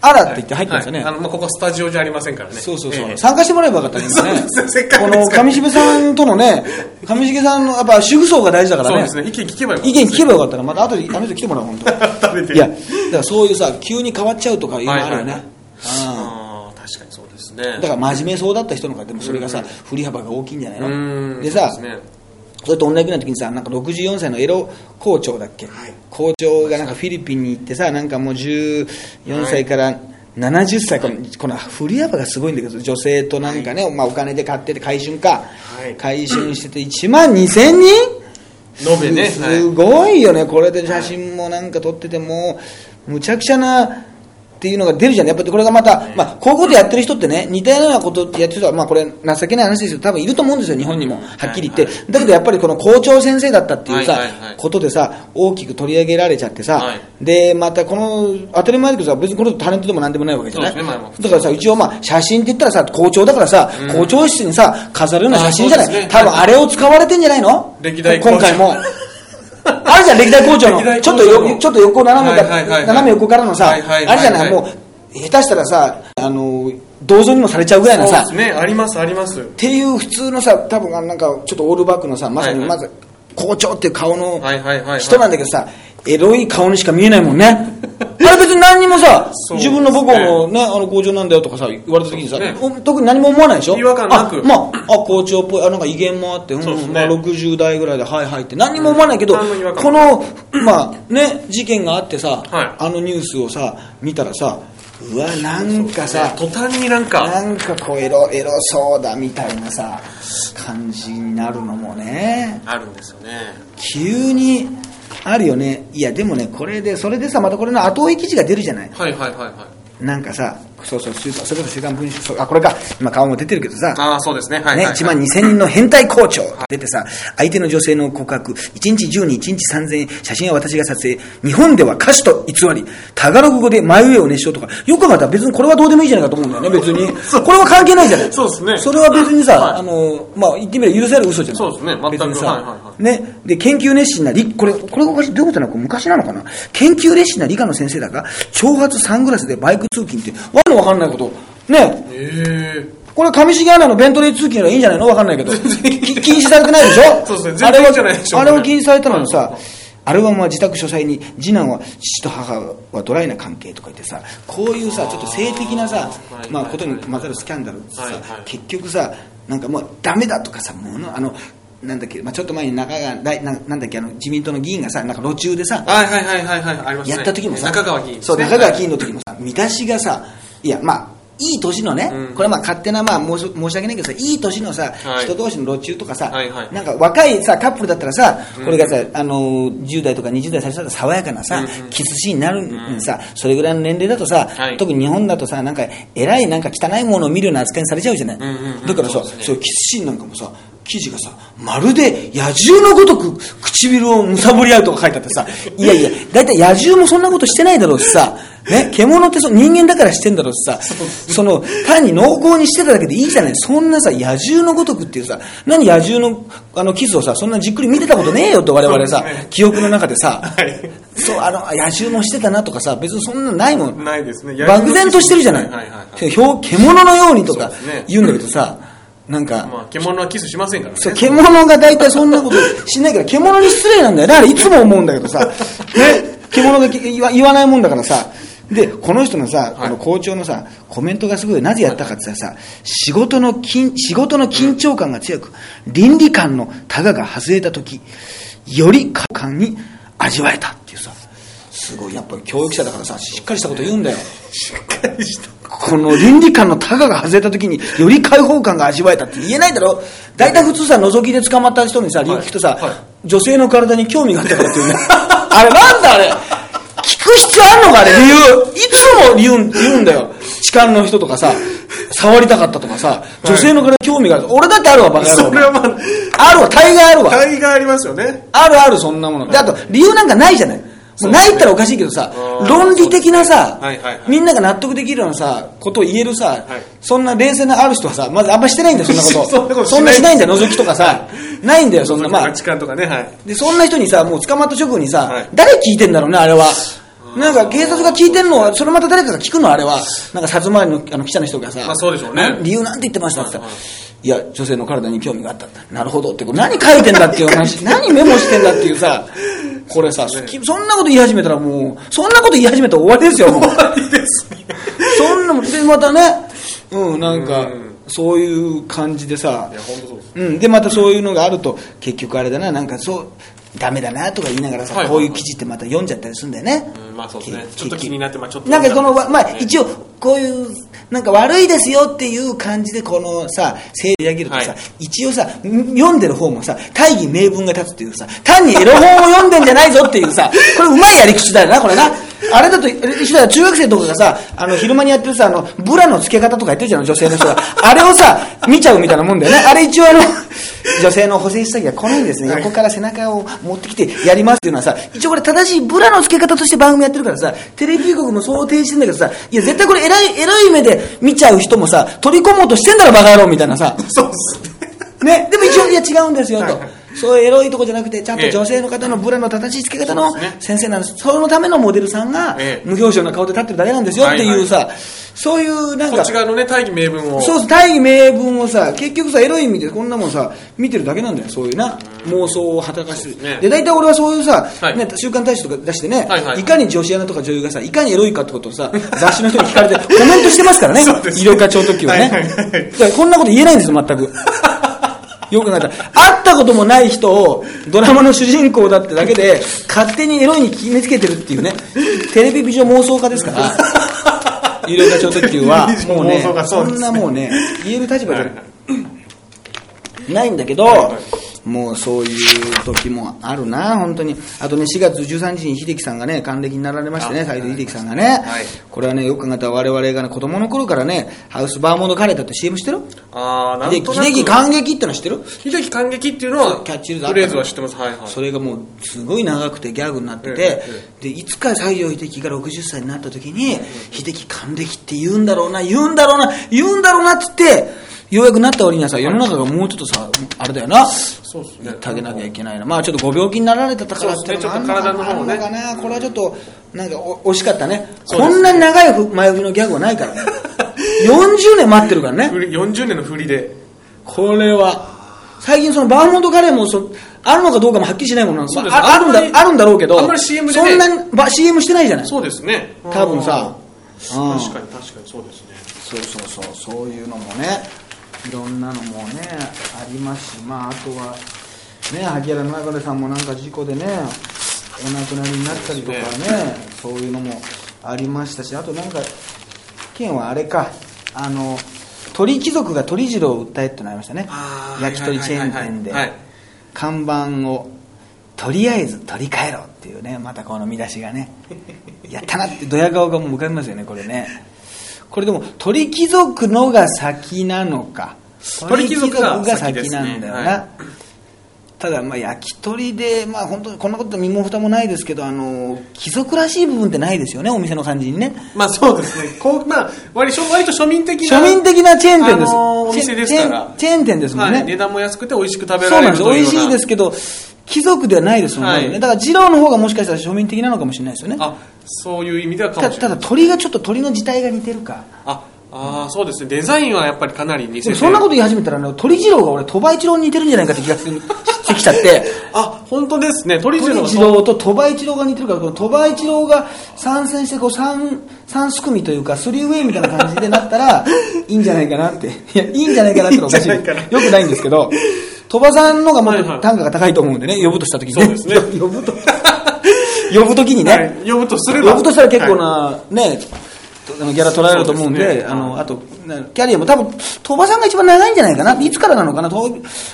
Speaker 1: あらって言って入ってますよね
Speaker 2: はいあのまあここスタジオじゃありませんからね
Speaker 1: そうそうそう、
Speaker 2: ええ
Speaker 1: 参加してもらえばよかったね、今ね
Speaker 2: そうですねせっか
Speaker 1: こ
Speaker 2: く
Speaker 1: の
Speaker 2: ですから
Speaker 1: 上重さんとのね、上重さんのやっぱ主婦層が大事だから
Speaker 2: そう
Speaker 1: ね、
Speaker 2: ですね意見聞けばよかった
Speaker 1: 意見聞けばよかったら、また後であの人来てもらおう、本当。
Speaker 2: 食べて
Speaker 1: いや、だからそういうさ、急に変わっちゃうとかいうのあるよね。
Speaker 2: はいはい
Speaker 1: う
Speaker 2: はい
Speaker 1: ん
Speaker 2: あー確かにそうですね
Speaker 1: だから真面目そうだった人の方がでもそれがさ、振り幅が大きいんじゃないの
Speaker 2: ん
Speaker 1: でさ
Speaker 2: そうですね
Speaker 1: それと同じぐらいの時にさなんか64歳のエロ校長だっけ、校長がなんかフィリピンに行ってさなんかもう14歳から70歳、このこの振り幅がすごいんだけど女性となんかね、まあ、お金で買ってて買春か、
Speaker 2: い
Speaker 1: 買春してて1万2000人
Speaker 2: 延べね
Speaker 1: す
Speaker 2: はい
Speaker 1: すごいよね、これで写真もなんか撮っててもうむちゃくちゃなっていうのが出るじゃんやっぱりこれがまた、まあ、こういうことやってる人ってね似たようなことやってる人は、まあ、これ情けない話ですよ多分いると思うんですよ日本にもはっきり言って、
Speaker 2: はい
Speaker 1: だけどやっぱりこの校長先生だったっていうさ、
Speaker 2: はいはいはい
Speaker 1: ことでさ大きく取り上げられちゃってさ、
Speaker 2: はい
Speaker 1: でまたこの当たり前だけどさ別にこの人タレントでもなんでもないわけじゃない、
Speaker 2: そうですねまあまあ普通
Speaker 1: だからさ一応まあ写真って言ったらさ校長だからさ、校長室にさ飾るような写真じゃない、
Speaker 2: あそうですね
Speaker 1: 多分あれを使われてんじゃないの
Speaker 2: 歴代
Speaker 1: 今回も
Speaker 2: 校
Speaker 1: あるじゃん歴代校長
Speaker 2: 歴
Speaker 1: の
Speaker 2: 代
Speaker 1: ち
Speaker 2: 校
Speaker 1: ょっ
Speaker 2: 長
Speaker 1: とよちょっと横斜めだ、
Speaker 2: はいはいはいはい
Speaker 1: 斜め横からのさ、
Speaker 2: はいはいはいはい
Speaker 1: あるじゃないもう下手したらさあの銅像にもされちゃうぐらいの
Speaker 2: そうで
Speaker 1: さ
Speaker 2: すねありますあります
Speaker 1: っていう普通のさ多分あのなんかちょっとオールバックのさまさに
Speaker 2: はい
Speaker 1: ま
Speaker 2: はい
Speaker 1: ず校長っていう顔の
Speaker 2: はいはいはいはい
Speaker 1: 人なんだけどさエロい顔にしか見えないもん ねあれ別に何にもさ、
Speaker 2: そうで
Speaker 1: 自
Speaker 2: すね
Speaker 1: 分の母校のねあの校長なんだよとかさ言われた時にさ、
Speaker 2: そうです
Speaker 1: お特に何も思わないでしょ
Speaker 2: 違和感なく
Speaker 1: あまああ校長っぽいあなんか威厳もあって、うん
Speaker 2: そうですね
Speaker 1: まあ、60代ぐらいではいはいって何にも思わないけど、
Speaker 2: うん何の違和
Speaker 1: こ
Speaker 2: 感
Speaker 1: のまあね事件があってさ、
Speaker 2: はい
Speaker 1: あのニュースをさ見たらさうわなんかさ
Speaker 2: 途端になん
Speaker 1: な
Speaker 2: か
Speaker 1: んかこうエロエロそうだみたいなさ感じになるのもね
Speaker 2: あるんですよね
Speaker 1: 急にあるよねいやでもねこれでそれでさまたこれの後追い記事が出るじゃない
Speaker 2: はいはいはいはい
Speaker 1: なんかさそうそう週刊それこそ週刊文春そうあこれか今顔も出てるけどさ
Speaker 2: ああそうですねはいはい
Speaker 1: ね、
Speaker 2: はい
Speaker 1: 1万2000人の変態校長出てさ、相手の女性の告白、1日10人、1日3000円、写真は私が撮影、日本では歌手と偽り、タガログ語で真上を熱唱とか、よく考えたら別にこれはどうでもいいじゃないかと思うんだよね、別に。これは関係ないじゃない。
Speaker 2: そうですね
Speaker 1: それは別にさ、
Speaker 2: はい
Speaker 1: あの、まあ、言ってみれば許せる嘘じゃない。
Speaker 2: そうですね全く
Speaker 1: 別にさ、
Speaker 2: はいはいはい
Speaker 1: ね、で研究熱心な理これこれがおかしいどういうことなのか昔なのかな研究熱心な理科の先生だが長髪サングラスでバイク通勤ってわけのわかんないことね
Speaker 2: ええ
Speaker 1: これ上重アナのベントレー通勤よりいいんじゃないのわかんないけどき禁止されてないでしょ
Speaker 2: そうですね
Speaker 1: あれ
Speaker 2: 全然いい
Speaker 1: は
Speaker 2: んじゃないでしょう
Speaker 1: あ
Speaker 2: かね
Speaker 1: れを禁止されたのにさアルバムは自宅書斎に次男は父と母はドライな関係とか言ってさこういうさちょっと性的なさ
Speaker 2: はい
Speaker 1: まあ
Speaker 2: はい
Speaker 1: ことにまつわるスキャンダルってさ、
Speaker 2: はいはい
Speaker 1: 結局さなんかもうダメだとかさもうのあのなんだっけ、まあ、ちょっと前に中川大ななんだっけあの自民党の議員がさなんか路中でさ
Speaker 2: はいはいはいはいはいありました
Speaker 1: や
Speaker 2: ね
Speaker 1: った時もさ、
Speaker 2: 中川議員です
Speaker 1: そう
Speaker 2: ね
Speaker 1: 中川議員の時もさ、見出しがさ、いや、まあ、いい年のね、
Speaker 2: うん
Speaker 1: これはまあ勝手な、まあ、申し申し訳ないけどさ、いい年のさ、
Speaker 2: はい
Speaker 1: 人同士の路中とかさ、
Speaker 2: はいはい
Speaker 1: なんか若いさ、カップルだったらさ、これがさ、あのー10代とか20代最初だったら爽やかなさ、キスシーンになるのにさ、それぐらいの年齢だとさ、
Speaker 2: はい
Speaker 1: 特に日本だとさ、なんか偉いなんか汚いものを見るような扱いにされちゃうじゃない。
Speaker 2: んうんうん
Speaker 1: だからさ、そう
Speaker 2: そ
Speaker 1: う,、
Speaker 2: ですね
Speaker 1: キスシーンなんかもさ、記事がさ、まるで野獣のごとく唇をむさぼり合うとか書いてあってさ、いやいや、だいたい野獣もそんなことしてないだろうしさ、ね、獣ってそう人間だからしてんだろうしさ、その、単に濃厚にしてただけでいいじゃない、そんなさ、野獣のごとくっていうさ、何野獣のあのキスをさ、そんなじっくり見てたことねえよと我々さ
Speaker 2: そうですね、
Speaker 1: 記憶の中でさ、
Speaker 2: はい
Speaker 1: そう、あの、野獣もしてたなとかさ、別にそんなのないもん。
Speaker 2: ないですね
Speaker 1: 漠然としてるじゃない。
Speaker 2: はいはいはい
Speaker 1: ひょう獣のようにとか
Speaker 2: そうですね
Speaker 1: 言うんだけどさ、なんか、
Speaker 2: まあ獣はキスしませんからね
Speaker 1: そう獣が大体そんなことしないから、獣に失礼なんだよね。あれいつも思うんだけどさ、ね、獣がき言わ言わないもんだからさ、で、この人のさ、この校長のさ、コメントがすごい、なぜやったかって言ったらさ、仕事の緊、仕事の緊張感が強く、倫理観のタガが外れたとき、より果敢に味わえたっていうさ、すごい、やっぱり教育者だからさ、しっかりしたこと言うんだよ。この倫理観のタガが外れた時により解放感が味わえたって言えないだろ大体普通さ覗きで捕まった人にさ理由聞くとさ、
Speaker 2: はい
Speaker 1: 女性の体に興味があったからって いうねあれなんだあれ聞く必要あるのかあれ理由いつも理由言うんだよ痴漢の人とかさ触りたかったとかさ女性の体に興味がある、俺だってあるわバカ野郎
Speaker 2: それはまあ
Speaker 1: あるわ大概あるわ
Speaker 2: 大概ありますよね
Speaker 1: あるあるそんなものであと理由なんかないじゃないもうないったらおかしいけどさ、
Speaker 2: うん
Speaker 1: 論理的なさ、
Speaker 2: そうですねはいはいはい
Speaker 1: みんなが納得できるようなさことを言えるさ、
Speaker 2: い
Speaker 1: そんな冷静なある人はさまずあんましてないんだよそんなこと
Speaker 2: そんなことしない
Speaker 1: んなしないんだよ覗きとかさないんだよそんなまあ
Speaker 2: 価値観とかねはい
Speaker 1: でそんな人にさもう捕まった直後にさ、
Speaker 2: はい
Speaker 1: 誰聞いてんだろうねあれはなんか警察が聞いてんのはそれまた誰かが聞くのあれはなんか札回りのあの記者の人がさ、
Speaker 2: まあそうでしょうね
Speaker 1: な理由なんて言ってましたって言ったらいや女性の体に興味があったなるほどってこれ何書いてんだっていう 話何メモしてんだっていうさこれさ、きそんなこと言い始めたらもうそんなこと言い始めたら終わりですよもうそんなもんでまたねうんなんかそういう感じでさ
Speaker 2: いや本当そうです
Speaker 1: うん、でまたそういうのがあると結局あれだななんかそうダメだなとか言いながらさ、
Speaker 2: はい
Speaker 1: こういう記事ってまた読んじゃったりするんだよね、
Speaker 2: うんまあそうですね
Speaker 1: 結
Speaker 2: ちょっと気になってまあちょっと
Speaker 1: なんかこのわまあ
Speaker 2: ね
Speaker 1: 一応こういうなんか悪いですよっていう感じでこのさ整理上げるとさ、
Speaker 2: はい
Speaker 1: 一応さん読んでる方もさ大義名分が立つっていうさ単にエロ本を読んでんじゃないぞっていうさこれうまいやり口だよなこれなあれだと一緒だよ中学生とかがさあの昼間にやってるさあのブラの付け方とか言ってるじゃん女性の人があれをさ見ちゃうみたいなもんだよねあれ一応あの女性の補正下着がこのようにですね、横から背中を持ってきてやりますっていうのはさ一応これ正しいブラの付け方として番組やってるからさテレビ局もそう提示してんだけどさいや絶対これ偉い偉い目で見ちゃう人もさ取り込もうとしてんだろバカ野郎みたいなさ
Speaker 2: そうですね
Speaker 1: ね、でも一応、いや違うんですよ
Speaker 2: はい
Speaker 1: と
Speaker 2: はい、
Speaker 1: そういうエロいとこじゃなくて、ちゃん
Speaker 2: え
Speaker 1: と
Speaker 2: え
Speaker 1: 女性の方のブラの正しい付け方の
Speaker 2: そうですね
Speaker 1: 先生なんです、そのためのモデルさんが
Speaker 2: ええ
Speaker 1: 無表情な顔で立ってるだけなんですよっていうさ、そういうなん
Speaker 2: こ
Speaker 1: か
Speaker 2: っち、側のね大義名分を
Speaker 1: そうそう大義名分をさ、結局さ、エロい意味でこんなもんさ、見てるだけなんだよ、そういうな、妄想を働かせ
Speaker 2: そうです
Speaker 1: る。
Speaker 2: ね
Speaker 1: で、大体俺はそういうさ
Speaker 2: は、い
Speaker 1: ね週刊大使とか出してね
Speaker 2: はいは、い
Speaker 1: いかに女子アナとか女優がさ、いかにエロいかってことを さ、雑誌の人に聞かれて、コメントしてますからね
Speaker 2: そうで、す
Speaker 1: 医療課長時は
Speaker 2: はいはいはい
Speaker 1: ね。だからこんなこと言えないんですよ、全 く。よく考えたら会ったこともない人をドラマの主人公だってだけで 勝手にエロいに決めつけてるっていうねテレビ美女妄想家ですから有料化超特急は
Speaker 2: いい
Speaker 1: もうね
Speaker 2: 妄想がそ
Speaker 1: そ
Speaker 2: うんですね
Speaker 1: なもうね言える立場じゃないんだけど、もうそういう時もあるな本当にあとね4月13日に秀樹さんがね還暦になられましてね
Speaker 2: あ
Speaker 1: 斉藤秀樹さんがね、
Speaker 2: はい
Speaker 1: これはねよく考えたら我々がね子供の頃からねハウスバーモンドカレーだって CM してる
Speaker 2: ああな
Speaker 1: 秀
Speaker 2: んと
Speaker 1: 樹
Speaker 2: なく
Speaker 1: 秀樹還暦ってのは知ってる
Speaker 2: 秀樹感激っていうのは
Speaker 1: キャッチフレーズあったの
Speaker 2: フレーズは知ってますはいはい
Speaker 1: それがもうすごい長くてギャグになって
Speaker 2: え
Speaker 1: て
Speaker 2: ええ、
Speaker 1: でいつか西城秀樹が60歳になった時に、秀樹還暦って言うんだろうな、言うんだろうな、言うんだろうなっつって、ようやくなった割にはさ、世の中がもうちょっとさ、あれだよな、
Speaker 2: そうですね
Speaker 1: 言ってあげなきゃいけないな、まあちょっとご病気になられたからっていう
Speaker 2: そうですねちょっと体の方もね
Speaker 1: あんのかなこれはちょっと、なんかお惜しかったね、こんなに長いふ前振りのギャグはない からね、40年待ってるからね。
Speaker 2: 振り40年の振りで
Speaker 1: これは最近そのバーモントカレーもそあるのかどうかもはっきりしないものなんです
Speaker 2: そうです
Speaker 1: ああるん
Speaker 2: あんまり
Speaker 1: だあるんだろうけど
Speaker 2: あんまり CM でね
Speaker 1: そんなにば CM してないじゃない
Speaker 2: そうですね
Speaker 1: 多分さ
Speaker 2: う
Speaker 1: うんん
Speaker 2: 確かに確かにそうですね
Speaker 1: そうそうそうそういうのもねいろんなのもねありますしまああとはね萩原の流さんもなんか事故でねお亡くなりになったりとかねそういうのもありましたしあとなんか県はあれかあの鳥貴族が鳥次郎を訴えってのありましたね
Speaker 2: あー
Speaker 1: 焼き鳥チェーン店で
Speaker 2: はいはいはいはいはい
Speaker 1: 看板をとりあえず取り替えろっていうねまたこの見出しがねやったなってドヤ顔がもう浮かびますよねこれねこれでも鳥貴族のが先なのか
Speaker 2: 鳥貴族が先
Speaker 1: 鳥
Speaker 2: で
Speaker 1: 貴
Speaker 2: すね
Speaker 1: なんだよな、
Speaker 2: はい
Speaker 1: ただまあ焼き鳥で、まあ、本当にこんなこと身も蓋もないですけどあの貴族らしい部分ってないですよねお店の感じにね
Speaker 2: まあそうですねこうまあ割と割と庶民的な
Speaker 1: 庶民的なチェーン店です、
Speaker 2: あのーお店ですから
Speaker 1: チェーンチェーン店ですもんね、
Speaker 2: はい値段も安くて美味しく食べ
Speaker 1: そうな
Speaker 2: られ
Speaker 1: んで
Speaker 2: る
Speaker 1: す
Speaker 2: とい
Speaker 1: 美
Speaker 2: う
Speaker 1: 味しいですすけど貴族ではないですもんね、
Speaker 2: はい
Speaker 1: だから二郎の方がもしかしたら庶民的なのかもしれないですよね
Speaker 2: あそういう意味ではか
Speaker 1: た
Speaker 2: もしれ
Speaker 1: た
Speaker 2: な
Speaker 1: だ
Speaker 2: い
Speaker 1: 鳥がちょっと鳥の字体が似てる か
Speaker 2: ああーそうですねデザインはやっぱりかなり似
Speaker 1: で
Speaker 2: せ
Speaker 1: も
Speaker 2: て
Speaker 1: そんなこと言い始めたらね鳥二郎が俺鳥羽一郎に似てるんじゃないかって気がするしてきちゃって
Speaker 2: あ本当ですね鳥次郎
Speaker 1: 鳥
Speaker 2: が
Speaker 1: 二郎と鳥羽一郎が似てるからこの鳥羽一郎が参戦してこう三三すくみというかスリーウェイみたいな感じでなった らいいんじゃないかなっていやいいんじゃないかなってのはおかしい
Speaker 2: いいんじゃないか
Speaker 1: よくないんですけど鳥羽さんのがもっと
Speaker 2: はいはい
Speaker 1: 単価が高いと思うんでね呼ぶとした時にね
Speaker 2: そうですね
Speaker 1: 呼ぶと呼ぶ時にね、
Speaker 2: はい、呼ぶとすれば
Speaker 1: 呼ぶとしたら結構な、
Speaker 2: はい
Speaker 1: ねあのギャラ取られると思うんで
Speaker 2: そうですね
Speaker 1: あのあとねキャリアも多分鳥羽さんが一番長いんじゃないかないつからなのかなと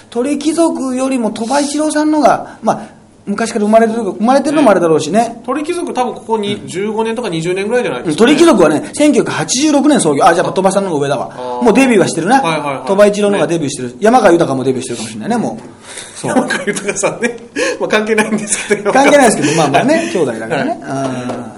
Speaker 1: 鳥貴族よりも鳥羽一郎さんのが、まあ、昔から生まれてる生まれてるのもあれだろうしね
Speaker 2: 鳥貴族多分ここに15年とか20年ぐらいじゃないですか、
Speaker 1: 鳥貴族はね1986年創業あじゃあ鳥羽さんの方が上だ
Speaker 2: あ
Speaker 1: わ
Speaker 2: ー
Speaker 1: もうデビューはしてるな
Speaker 2: はいはいはい
Speaker 1: 鳥羽一郎の方がデビューしてる、山川豊もデビューしてるかもしれないねもうそう
Speaker 2: 山川豊さんね、 まあ、関係ないんですけ ど
Speaker 1: 関係ないですけど、まあまあね、兄弟だから
Speaker 2: はい
Speaker 1: ね。あ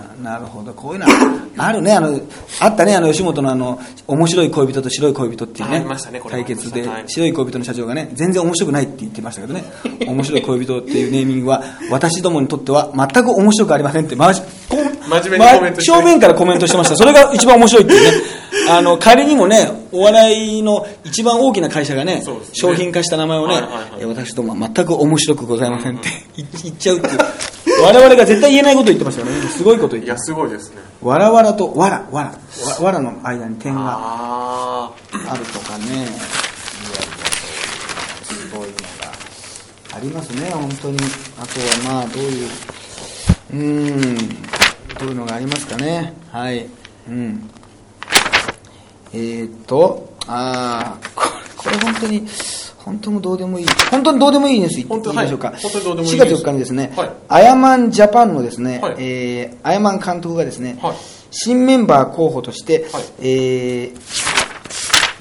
Speaker 1: ーなるほど、こういうのはあるね、あの、あったね、あの、吉本のあの、面白い恋人と白い恋人っていう
Speaker 2: あ
Speaker 1: ね
Speaker 2: りましたね、これ
Speaker 1: 対決で
Speaker 2: はい、
Speaker 1: 白い恋人の社長がね、全然面白くないって言ってましたけど ね、面白い恋人っていうネーミングは、私どもにとっては全く面白くありませんって、まじ、こん
Speaker 2: 真面目にコメントして
Speaker 1: ま正面からコメントしてました。それが一番面白いっていう ね。あの、仮にもね、お笑いの一番大きな会社がね、
Speaker 2: そうですね
Speaker 1: 商品化した名前をね、
Speaker 2: はいはいはい
Speaker 1: え私どもは全く面白くございません って言っ言っちゃうっていう我々が絶対言えないこと言ってましたよねすごいこと言っ
Speaker 2: い
Speaker 1: て
Speaker 2: やすごいですね
Speaker 1: わらわらとわらわらわわらの間に点が
Speaker 2: ああ
Speaker 1: あるとかねいやいやそうすごいのがありますね本当にあとはまあどういううーんどういうのがありますかねはいうんえー、っとああこれこれ本当に本当もどうでもいい本当にどうでもいいです
Speaker 2: 本
Speaker 1: 言って
Speaker 2: 当
Speaker 1: みましょうか、
Speaker 2: はい本当にどうでもいい
Speaker 1: 4
Speaker 2: です
Speaker 1: 月4日にですね、
Speaker 2: はい
Speaker 1: アヤマンジャパンのですね、
Speaker 2: はい
Speaker 1: えーアヤマン監督がですね、
Speaker 2: はい
Speaker 1: 新メンバー候補として、
Speaker 2: はい
Speaker 1: えー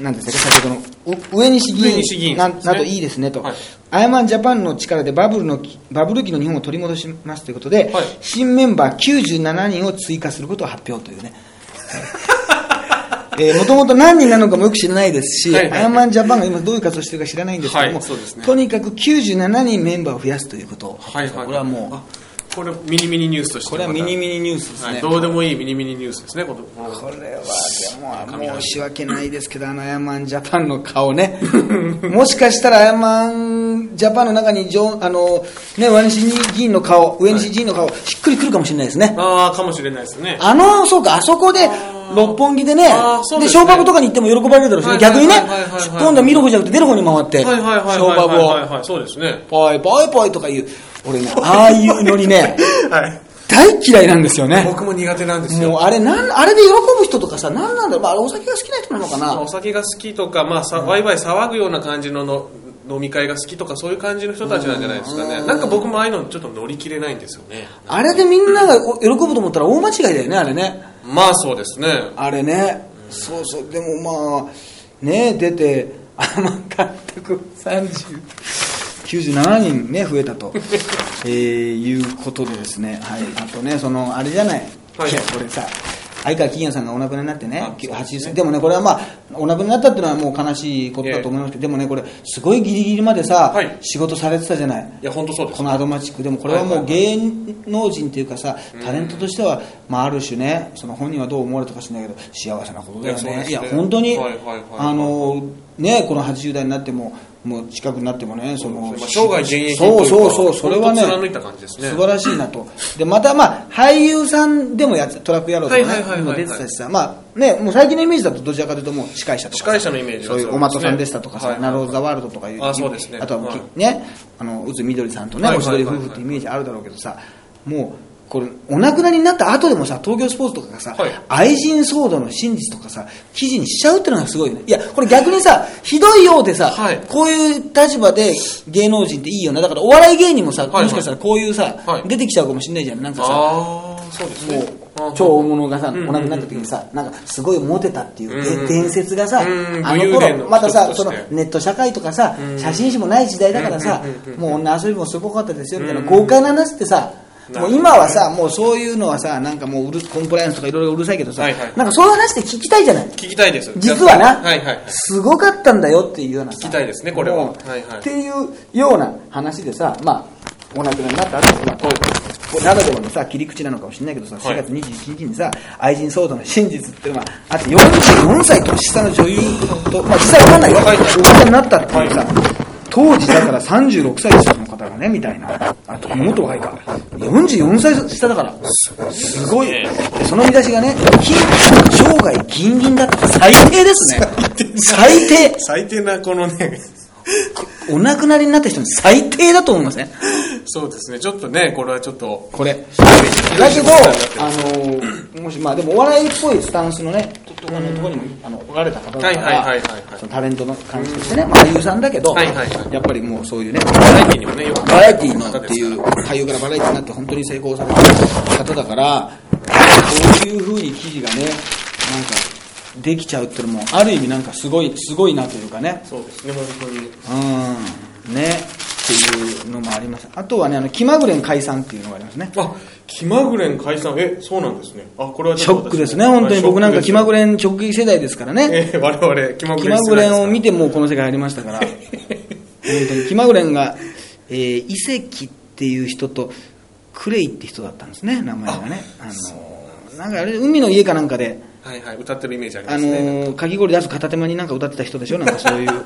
Speaker 1: なんですか先ほどのう上西議
Speaker 2: 上西議
Speaker 1: 員
Speaker 2: 員
Speaker 1: な,、
Speaker 2: ですね
Speaker 1: などいいですねと、
Speaker 2: はい
Speaker 1: アヤマンジャパンの力でバブルのきバブル期の日本を取り戻しますということで、
Speaker 2: はい
Speaker 1: 新メンバー97人を追加することを発表というね。 えー、もともと何人なのかもよく知らないですし、
Speaker 2: はいはいはい
Speaker 1: アヤマンジャパンが今どういう活動をしてるか知らないんですけども、
Speaker 2: はいそうですね
Speaker 1: とにかく97人メンバーを増やすということを、
Speaker 2: はいはい
Speaker 1: これはもう
Speaker 2: あこれミニミニニュースとして
Speaker 1: これはミニ
Speaker 2: ニ
Speaker 1: ミニニュースですね、
Speaker 2: どうでもいいミニミニニュースですねこのこの
Speaker 1: これはでも申し訳ないですけど、あのアヤマンジャパンの顔ね、 もしかしたらアヤマンジャパンの中にジョンあの、ね、上西議員の顔、上西議員の顔、しっくりくるかもしれないですね。
Speaker 2: ああかもしれないですね
Speaker 1: あの、そうか、あそこで、六本木でね
Speaker 2: あー、そう
Speaker 1: で、
Speaker 2: ですね
Speaker 1: ショーパブとかに行っても喜ばれるだろうしね、
Speaker 2: はい
Speaker 1: 逆にね
Speaker 2: はいはいはいは、い
Speaker 1: 今度は見る方じゃなくて出る方に回って、シ
Speaker 2: はいはいはい
Speaker 1: ョー
Speaker 2: はいは
Speaker 1: パ
Speaker 2: い
Speaker 1: ブを、
Speaker 2: はいはいそうですね
Speaker 1: ぽいぽいぽいとか言う、俺ね、ああいうのにね、
Speaker 2: はい
Speaker 1: 大嫌いなんですよね。
Speaker 2: 僕も苦手なんですよ
Speaker 1: もうあれなん、あれで喜ぶ人とかさ、なんなんだろう、まあ、あれお酒が好きな人なのか
Speaker 2: まあ
Speaker 1: な
Speaker 2: お。酒が好きとか、まあ、さワイワイ騒ぐような感じのの飲み会が好きとかそういう感じの人たちなんじゃないですかねなんか僕もああいうのちょっと乗り切れないんですよね
Speaker 1: あれでみんながお喜ぶと思ったら大間違いだよね、あれね。
Speaker 2: まあそうですね
Speaker 1: あれね、そうそう、でもまあ、ね、出て、 甘監督30、97人ね、増えた と、えーいうことでですね、はい、あとね、その、あれじゃない、
Speaker 2: はい
Speaker 1: いやこれさ、相川欽也さんがお亡くなりになってね
Speaker 2: あ、
Speaker 1: 80歳、でもね、これはまあ、お亡くなりになったっていうのはもう悲しいことだと思いますけど、でもね、これ、すごいギリギリまでさ、
Speaker 2: はい
Speaker 1: 仕事されてたじゃない。
Speaker 2: いや本当そうです
Speaker 1: このアドマチックでもこれはもう芸能人というかさタレントとしては、まあ、ある種ねその本人はどう思われたかしらないけど幸せなことだよ
Speaker 2: いやそうで
Speaker 1: ね
Speaker 2: す
Speaker 1: い
Speaker 2: ね
Speaker 1: や本当に
Speaker 2: はいはいはいはい
Speaker 1: あのねこの80代になってももう近くになってもねその
Speaker 2: まあ生涯現役とい
Speaker 1: そう
Speaker 2: か
Speaker 1: うそうそうそれはね
Speaker 2: 本当貫いた感じですね
Speaker 1: 素晴らしいなとでまたまあ俳優さんでもやってトラック野郎とか
Speaker 2: はいはいはいは
Speaker 1: ね
Speaker 2: い
Speaker 1: 今出てたしさまあねもう最近のイメージだとどちらかというともう司会者とか
Speaker 2: 司会者のイメージが
Speaker 1: そういうおまとさんでしたとかさ、
Speaker 2: はい
Speaker 1: ナローズ・ザ・ワールドとかいう
Speaker 2: あそうですね
Speaker 1: あとはもうき、
Speaker 2: は
Speaker 1: ねあの宇都みどりさんとね
Speaker 2: はい
Speaker 1: おしどり夫
Speaker 2: はい
Speaker 1: 婦ってイメージあるだろうけどさもうこれお亡くなりになった後でもさ東京スポーツとかがさ、
Speaker 2: はい
Speaker 1: 愛人騒動の真実とかさ記事にしちゃうってのがすごいよねいやこれ逆にさひどいようでさ、
Speaker 2: はい
Speaker 1: こういう立場で芸能人っていいよなだからお笑い芸人もさ、
Speaker 2: いはい
Speaker 1: もしかしたらこういうさ、
Speaker 2: はい
Speaker 1: 出てきちゃうかもしれないじゃんなんかさ
Speaker 2: ああそうですね
Speaker 1: も
Speaker 2: あ
Speaker 1: う
Speaker 2: ー
Speaker 1: 超大物がさ、
Speaker 2: うん
Speaker 1: お亡くなった時にさ、なんかすごいモテたっていう
Speaker 2: うん
Speaker 1: で伝説がさ、
Speaker 2: うん
Speaker 1: あの
Speaker 2: 武勇伝の
Speaker 1: 頃
Speaker 2: 一つ
Speaker 1: またさ
Speaker 2: として
Speaker 1: そのネット社会とかさ、
Speaker 2: うん
Speaker 1: 写真誌もない時代だからさ、
Speaker 2: うんうん
Speaker 1: もう女遊びもすごかったですよみたいな、
Speaker 2: うん
Speaker 1: 豪快な話ってさ、
Speaker 2: なる
Speaker 1: も
Speaker 2: ほど
Speaker 1: う今はさ、もうそういうのはさ、なんかもううるコンプライアンスとかいろいろうるさいけどさ、
Speaker 2: はいはい
Speaker 1: なんかそういう話って聞きたいじゃない、
Speaker 2: 聞きたいです
Speaker 1: 実はな、
Speaker 2: はいはいはい
Speaker 1: すごかったんだよっていうようなさ
Speaker 2: 聞きたいですねこれは
Speaker 1: もう
Speaker 2: はいはい
Speaker 1: っていうような話でさまあお亡くなりになった後まあこうこうならではのさ切り口なのかもしれないけどさ
Speaker 2: はい
Speaker 1: 4月21日にさ愛人騒動の真実っていうのがあって44歳年下の女優とまあ実際わかんないよ
Speaker 2: はい
Speaker 1: おばさんになったっていうさ当時だから36歳下の方がねみたいなあともっと若いか44歳下だからすごい
Speaker 2: ね
Speaker 1: でその見出しがね、金生涯銀銀だって最低です ね。最低。
Speaker 2: 最低なこのね
Speaker 1: お亡くなりになった人に最低だと思いますね。
Speaker 2: そうですねちょっとねこれはちょっと
Speaker 1: これ。だけど、あのー、もし、まあでもお笑いっぽいスタンスのね、ととあのとこにもあのおられた方だか
Speaker 2: はいはいはい
Speaker 1: ら
Speaker 2: はいはい、
Speaker 1: そのタレントの感じとしてね、まあ俳優さんだけど、
Speaker 2: はいはいは
Speaker 1: やっぱりもうそういうね、
Speaker 2: バラエティにもねよく
Speaker 1: バラエティーのっていう、俳優からバラエティーになって本当に成功された方だから、そういうふうに記事がね、なんか、できちゃうっていうのも、ある意味なんかすごい、すごいなというかね。
Speaker 2: そうですね本
Speaker 1: う
Speaker 2: 当に
Speaker 1: ん、ね、っていうのもあります。あとはね、あの、気まぐれん解散っていうのがありますね。
Speaker 2: あ気まぐれん解散えそうなんですねあこれは
Speaker 1: シ
Speaker 2: ちょっ
Speaker 1: ョ
Speaker 2: と
Speaker 1: ックですね、本当に僕なんか気まぐ
Speaker 2: れ
Speaker 1: れん直撃世代ですからね。
Speaker 2: えー我々気まぐ
Speaker 1: 気
Speaker 2: れ
Speaker 1: ま
Speaker 2: ん世
Speaker 1: ぐ
Speaker 2: 代
Speaker 1: れ
Speaker 2: ですから
Speaker 1: んを見てもうこの世界ありましたから、本当に気まぐれんが、えー、遺跡っていう人と、クレイって人だったんですね、名前がね。あのなんかあれ、海の家かなんかで、
Speaker 2: はいはい歌ってるイメージあり
Speaker 1: あ
Speaker 2: ま
Speaker 1: の
Speaker 2: すね
Speaker 1: ーかき氷出す片手間になんか歌ってた人でしょ、なんかそういう、あの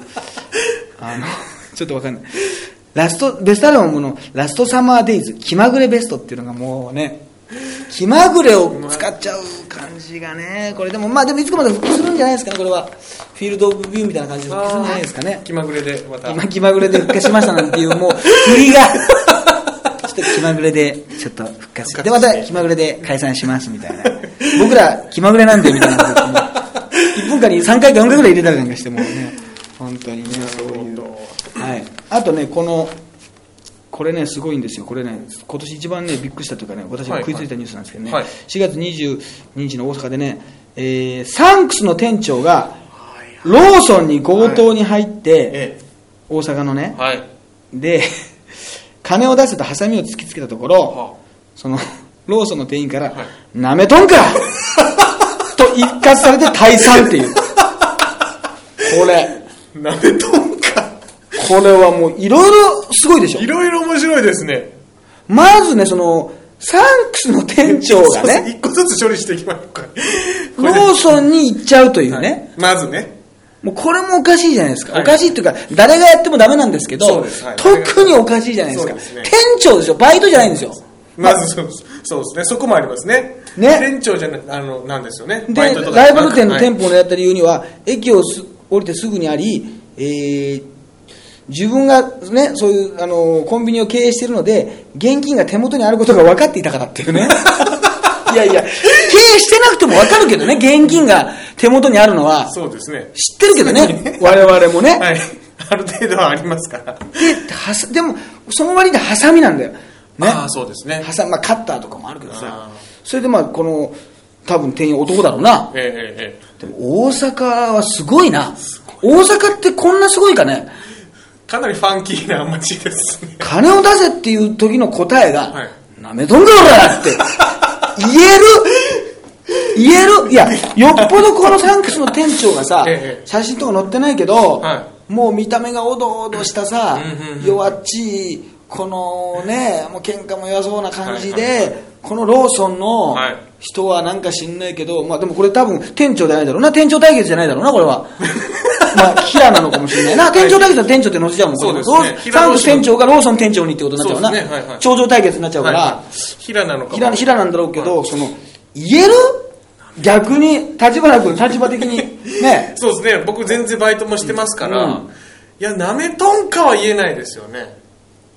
Speaker 1: ちょっとわかんない。ラスト、ベストアルバムのラストサマーデイズ、気まぐれベストっていうのがもうね、気まぐれを使っちゃう感じがね、これでも、まあでもいつかまで復帰するんじゃないですかね、これは。フィールドオブビューみたいな感じで復帰するんじゃないですかね。
Speaker 2: 気まぐれでまた
Speaker 1: 今気まぐれで復活しましたなんていうもう振り がちょっと気まぐれでちょっと復活してでまた気まぐれで解散しますみたいな僕ら気まぐれなんでみたいなこと言って1分間に3回か4回ぐらい入れたりなんかしてもうね本当にねそういう、はい、あとねこのこれねすごいんですよこれね今年一番ねびっくりしたというかね私が食いついたニュースなんですけどね、
Speaker 2: はいはい
Speaker 1: 4月22日の大阪でね、えーサンクスの店長がローソンに強盗に入って、
Speaker 2: え
Speaker 1: 大阪のね
Speaker 2: え、はい
Speaker 1: で、金を出せとハサミを突きつけたところ
Speaker 2: は、
Speaker 1: その、ローソンの店員から
Speaker 2: はい、
Speaker 1: なめとんか と一喝されて退散っていう。これ、
Speaker 2: なめとんか
Speaker 1: これはもういろいろすごいでしょ
Speaker 2: い。ろいろ面白いですね
Speaker 1: まずね、その、サンクスの店長が
Speaker 2: そうそう
Speaker 1: ね、
Speaker 2: 一個ずつ処理していきましょうかこ
Speaker 1: ロ
Speaker 2: れ
Speaker 1: ーソンに行っちゃうというね。
Speaker 2: まずね
Speaker 1: もうこれもおかしいじゃないですか、
Speaker 2: はい
Speaker 1: おかしいというか、誰がやってもダメなんですけ
Speaker 2: そ
Speaker 1: ど、
Speaker 2: うですはい
Speaker 1: 特におかしいじゃないですか、
Speaker 2: そうですね
Speaker 1: 店長ですよ、バイトじゃないんですよ、
Speaker 2: まずそうそうですねそこもありますね
Speaker 1: ね
Speaker 2: 店長じゃなあのなんですよねバイ
Speaker 1: で
Speaker 2: トとか
Speaker 1: ライバル店の店
Speaker 2: 舗
Speaker 1: 舗を狙った理由には、駅をす降りてすぐにあり、えー自分がね、そういう、あの、コンビニを経営しているので、現金が手元にあることが分かっていたからって いうね。いやいや、経営してなくても分かるけどね、現金が手元にあるのは、
Speaker 2: そうですね。
Speaker 1: 知ってるけどね、我々もね。
Speaker 2: はい。ある程度はありますから。
Speaker 1: ではさでも、その割にハサミなんだよ。ね。
Speaker 2: ああ、そうですね。
Speaker 1: ハサまあ、カッターとかもあるけどさ
Speaker 2: あー
Speaker 1: それでまあこの多分店員男だろうな
Speaker 2: ええええええ。
Speaker 1: でも大阪はすごいな大阪ってこんなすごいかね
Speaker 2: かなりファンキーな街ですね。
Speaker 1: 金を出せっていう時の答えが
Speaker 2: はい
Speaker 1: 「な、めとんかおら!」って言える言えるいやよっぽどこのサンクスの店長がさ
Speaker 2: ええ
Speaker 1: 写真とか載ってないけど、
Speaker 2: は
Speaker 1: もう見た目がおどおどしたさ
Speaker 2: うんうんうん
Speaker 1: 弱っちいこのねもう喧嘩も弱そうな感じで、
Speaker 2: はいはいはい
Speaker 1: このローソンの
Speaker 2: はい
Speaker 1: 人はなんか知んないけど、まあでもこれ多分店長じゃないだろうな、店長対決じゃないだろうな、これ は。まあ、平なのかもしれないな。店長対決は店長って後じゃんもん、これ
Speaker 2: そうですね
Speaker 1: ローサンクス店長がローソン店長にってことになっちゃうな。
Speaker 2: そうですねはいはい
Speaker 1: 頂上対決になっちゃうから、
Speaker 2: はい平なのかも
Speaker 1: 平平なんだろうけど、その、言える逆に、立花君、立場的 に、ね。
Speaker 2: そうですね。僕全然バイトもしてますから。
Speaker 1: うん
Speaker 2: いや、なめとんかは言えないですよね。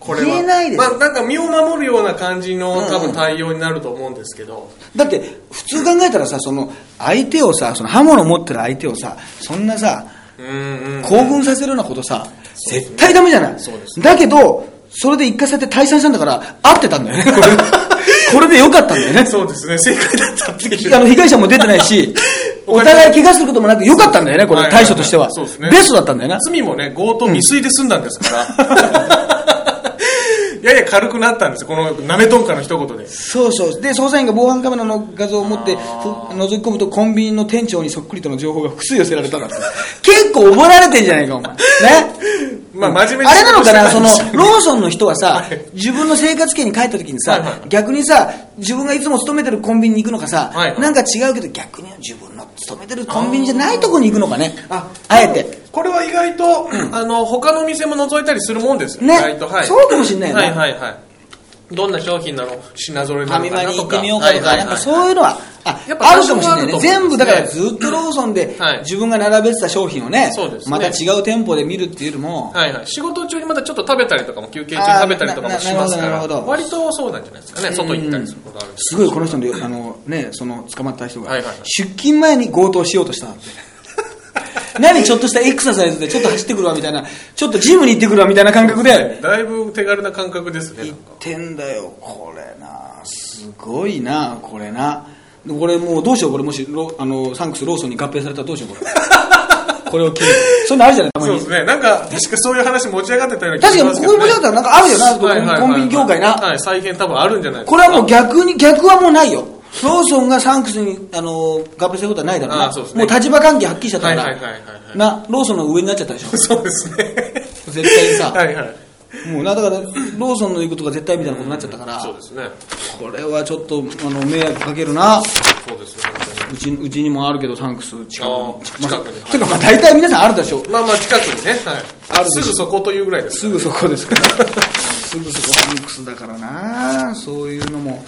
Speaker 2: これは。
Speaker 1: 言えないです
Speaker 2: まあ、なんか身を守るような感じ
Speaker 1: うんう
Speaker 2: の
Speaker 1: ん
Speaker 2: 多分対応になると思うんですけど。
Speaker 1: だって、普通考えたらさ、その、相手をさ、その刃物持ってる相手をさ、そんなさ、
Speaker 2: うんうん。
Speaker 1: 興奮させるようなことさ、絶対ダメじゃない。
Speaker 2: そうです
Speaker 1: だけど、それで一回されて退散したんだから、合ってたんだよね、これ。これでよかったんだよね。
Speaker 2: そうですね。正解だったっていう。
Speaker 1: あの、被害者も出てない し、お互い怪我することもなく、よかったんだよね、これ、
Speaker 2: はいはいはい
Speaker 1: 対処としては。
Speaker 2: そうですね
Speaker 1: ベストだったんだよな。
Speaker 2: 罪もね、強盗未遂で済んだんですから。 やや軽くなったんですよこのなめとんかの一言で。
Speaker 1: そうそう。で、捜査員が防犯カメラの画像を持って、ふ覗き込むと、コンビニの店長にそっくりとの情報が複数寄せられたんだって結構覚えられてんじゃないか、お前。ね。
Speaker 2: まあ、真面目に
Speaker 1: あれなのかな、その
Speaker 2: 仕事してたんですよ
Speaker 1: ローソンの人はさ
Speaker 2: はい、
Speaker 1: 自分の生活圏に帰った時に
Speaker 2: はいは
Speaker 1: さ、
Speaker 2: い
Speaker 1: 逆にさ、自分がいつも勤めてるコンビニに行くのかさ
Speaker 2: はいは、い
Speaker 1: なんか違うけど、逆に自分の勤めてるコンビニじゃないとこに行くのかね、
Speaker 2: あ
Speaker 1: あえて。
Speaker 2: これは意 外と、あの、他の店も覗いたりするもんですよ。
Speaker 1: ね
Speaker 2: 意外と、はい。
Speaker 1: そうかもしんないよ
Speaker 2: は
Speaker 1: ね
Speaker 2: いはいはい。どんな商品なの品揃え
Speaker 1: フ
Speaker 2: な
Speaker 1: ァ
Speaker 2: の
Speaker 1: ミ
Speaker 2: か
Speaker 1: マ
Speaker 2: な
Speaker 1: に行
Speaker 2: と
Speaker 1: って
Speaker 2: か。
Speaker 1: みようかとか、
Speaker 2: はい
Speaker 1: な
Speaker 2: は
Speaker 1: いん
Speaker 2: はい
Speaker 1: かそういうのは、あ
Speaker 2: やっぱ
Speaker 1: あるかもしれないね。
Speaker 2: 多少はあると
Speaker 1: 全
Speaker 2: 思うんですね
Speaker 1: 部だからずっとローソンで
Speaker 2: はい
Speaker 1: 自分が並べてた商品をね
Speaker 2: そうで、すね
Speaker 1: また違う店舗で見るっていうよりも、
Speaker 2: はいはい、仕事中にまたちょっと食べたりとかも休憩中
Speaker 1: あー
Speaker 2: に食べたりとかもしま
Speaker 1: な
Speaker 2: すか
Speaker 1: ななる
Speaker 2: ら
Speaker 1: ほどなるほど
Speaker 2: 割とそうなんじゃないですかね外行ったりすることあるんです
Speaker 1: すごいこの人の、あのね、その捕まった人が
Speaker 2: はいはいはい、
Speaker 1: 出勤前に強盗しようとしたんだって。 何ちょっとしたエクササイズでちょっと走ってくるわみたいな、ちょっとジムに行ってくるわみたいな感覚で、
Speaker 2: だいぶ手軽な感覚ですね
Speaker 1: 行ってんだよ、これな、すごいな、これな。でこれもうどうしよう、これもしロあのサンクス、ローソンに合併されたらどうしよう、こ れ。これを機に。そんなのあるじゃない、たま
Speaker 2: そう
Speaker 1: に
Speaker 2: です。ねなんか確かそういう話持ち上がってたような気が
Speaker 1: 確
Speaker 2: し
Speaker 1: か
Speaker 2: ま
Speaker 1: に
Speaker 2: す
Speaker 1: ここ
Speaker 2: けど、
Speaker 1: にもち
Speaker 2: ね、
Speaker 1: ょっとなんかあるよな、
Speaker 2: はいはいはい
Speaker 1: コンビニ業界な、
Speaker 2: はい、再現多分あるんじゃないですか
Speaker 1: これはもう逆に逆はもうないよローソンがサンクスにあの合併することはないだろうな
Speaker 2: あそうです
Speaker 1: も
Speaker 2: ね
Speaker 1: う立場関係はっきりしちゃったから、
Speaker 2: はいはいはいはいはい
Speaker 1: なローソンの上になっちゃったでしょ
Speaker 2: そうですね
Speaker 1: 絶対にさ
Speaker 2: はいはい
Speaker 1: もうなだからローソンの言うことが絶対みたいなことになっちゃったから、
Speaker 2: そうですね
Speaker 1: これはちょっとあの迷惑かけるな
Speaker 2: そうですね本当に
Speaker 1: うちうちにもあるけどサンクス近くに
Speaker 2: あー
Speaker 1: まあ
Speaker 2: 近くにはい
Speaker 1: てかまあ大体皆さんあるでしょ
Speaker 2: まあまあ近くにね、はい、
Speaker 1: あるでし
Speaker 2: す
Speaker 1: ょ
Speaker 2: ぐそこというぐらいです
Speaker 1: すぐそこですからすぐそこサンクスだからなそういうのも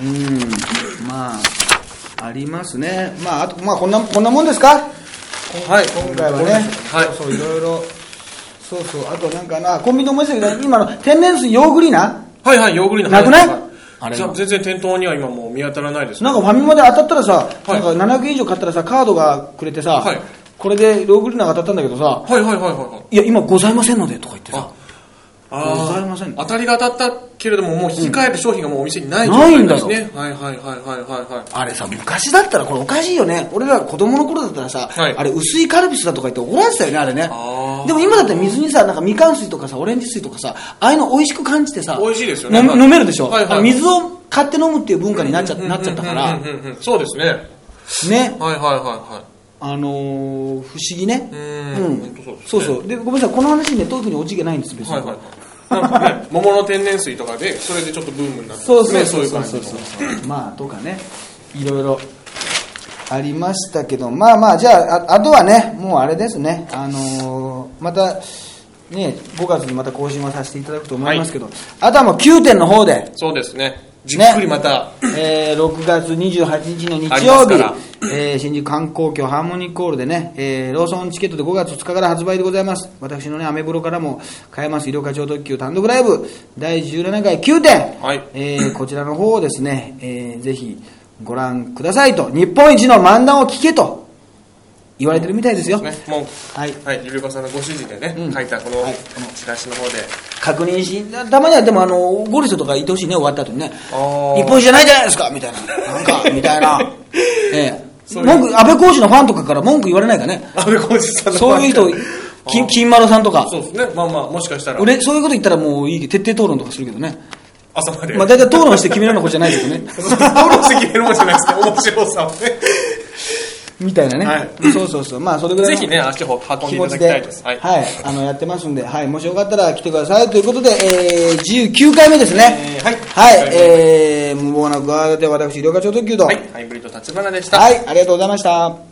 Speaker 1: うんまあありますねまああとまあこんなこんなもんですかはい今回はね
Speaker 2: はい
Speaker 1: そうそういろいろそうそうあとなんかなコンビニで思い出したけど今の天然水ヨーグリナ
Speaker 2: はいはいヨーグリーナ
Speaker 1: なくない
Speaker 2: あれじゃあ全然店頭には今もう見当たらないですね
Speaker 1: なんかファミマで当たったらさ、
Speaker 2: はい
Speaker 1: なんか700円以上買ったらさカードがくれてさ、
Speaker 2: はい
Speaker 1: これでヨーグリナが当たったんだけどさ
Speaker 2: はいはいはいはいはい
Speaker 1: いや今ございませんのでとか言ってさ
Speaker 2: ああー
Speaker 1: ございません
Speaker 2: 当たりが当たったけれどももう引き換える商品がもうお店にない
Speaker 1: うん
Speaker 2: 状態です
Speaker 1: な
Speaker 2: ね、はいはいはいはいはいはい
Speaker 1: あれさ、昔だったらこれおかしいよね。俺ら子供の頃だったらさ、
Speaker 2: はい
Speaker 1: あれ薄いカルピスだとか言って怒られてたよね、あれね
Speaker 2: あ。ー
Speaker 1: でも今だったら水にさ、なんかみかん水とかさ、オレンジ水とかさ、ああいうの美味しく感じてさ、
Speaker 2: 美味しいですよね
Speaker 1: 飲め
Speaker 2: はい
Speaker 1: 飲めるでしょ。
Speaker 2: はいはい
Speaker 1: あの水を買って飲むっていう文化になっちゃ,、なっちゃったから、
Speaker 2: うんうんうんうんうんそうですねはい
Speaker 1: ね、
Speaker 2: はいは
Speaker 1: あのー、不思議ね。
Speaker 2: いはいうん本当そ
Speaker 1: そ
Speaker 2: うですね
Speaker 1: うそう。で、ごめんなさい、この話ね、特にオチがないんです、別に。
Speaker 2: はいはいはいなんかね桃の天然水とかでそれでちょっとブームになって
Speaker 1: そうそう
Speaker 2: ね
Speaker 1: そう
Speaker 2: いう
Speaker 1: そう
Speaker 2: 感じ
Speaker 1: そう
Speaker 2: の
Speaker 1: そうまあとかねいろいろありましたけどまあまあじゃあああとはねもうあれですねあのーまたね5月にまた更新はさせていただくと思いますけど、あとはもう9点の方で
Speaker 2: そうですねじっくりまた、
Speaker 1: えー6月28日の日
Speaker 2: ありま
Speaker 1: 曜
Speaker 2: すか
Speaker 1: 日
Speaker 2: ら、
Speaker 1: えー新宿観光協ハーモニーコールでね、えーローソンチケットで5月2日から発売でございます。私のね、アメブロからも買えます、医療課長特急単独ライブ、第17回9点、
Speaker 2: はい
Speaker 1: えーこちらの方をですね、えーぜひご覧くださいと、日本一の漫談を聞けと言われてるみたいですよ。
Speaker 2: ね、もう、
Speaker 1: はい
Speaker 2: はい、ゆりこさんのご主人でね、
Speaker 1: うん
Speaker 2: 書いたこの
Speaker 1: はい
Speaker 2: チラシの方で、
Speaker 1: 確認し、たまにはでもあの、ゴルフとか言ってほしいね、終わった後にね。
Speaker 2: あー
Speaker 1: 日本一じゃないじゃないですかみたいな。なん か、みたいな。ええ。
Speaker 2: そういう
Speaker 1: 文句、安倍浩二のファンとかから文句言われないか ね。
Speaker 2: 安倍浩二さんの
Speaker 1: そういう人
Speaker 2: ファンから、
Speaker 1: 金金丸さんとか。
Speaker 2: そうですね、まあまあ、もしかしたら、
Speaker 1: 俺、そういうこと言ったらもういい、徹底討論とかするけどね。
Speaker 2: 朝まで。
Speaker 1: まあ大体討論して決めるようなことじゃないけどね。
Speaker 2: そう登録して決めるもんじゃないですか、面白さをね。
Speaker 1: みたいなね。
Speaker 2: はい
Speaker 1: そうそうそう。まあそれぐらい
Speaker 2: ぜ
Speaker 1: の。
Speaker 2: ひね、足を運ん
Speaker 1: 気
Speaker 2: でいた
Speaker 1: 持ち
Speaker 2: だきた
Speaker 1: で
Speaker 2: いです。、
Speaker 1: はい、あの、やってますんで、はい、もしよかったら来てくださいということで、えー、19回目ですね。
Speaker 2: えーはい
Speaker 1: はい、えー、無謀なご案内で私、医療課長特急と。
Speaker 2: はい、ハイブリッド立花でした。
Speaker 1: はい、ありがとうございました。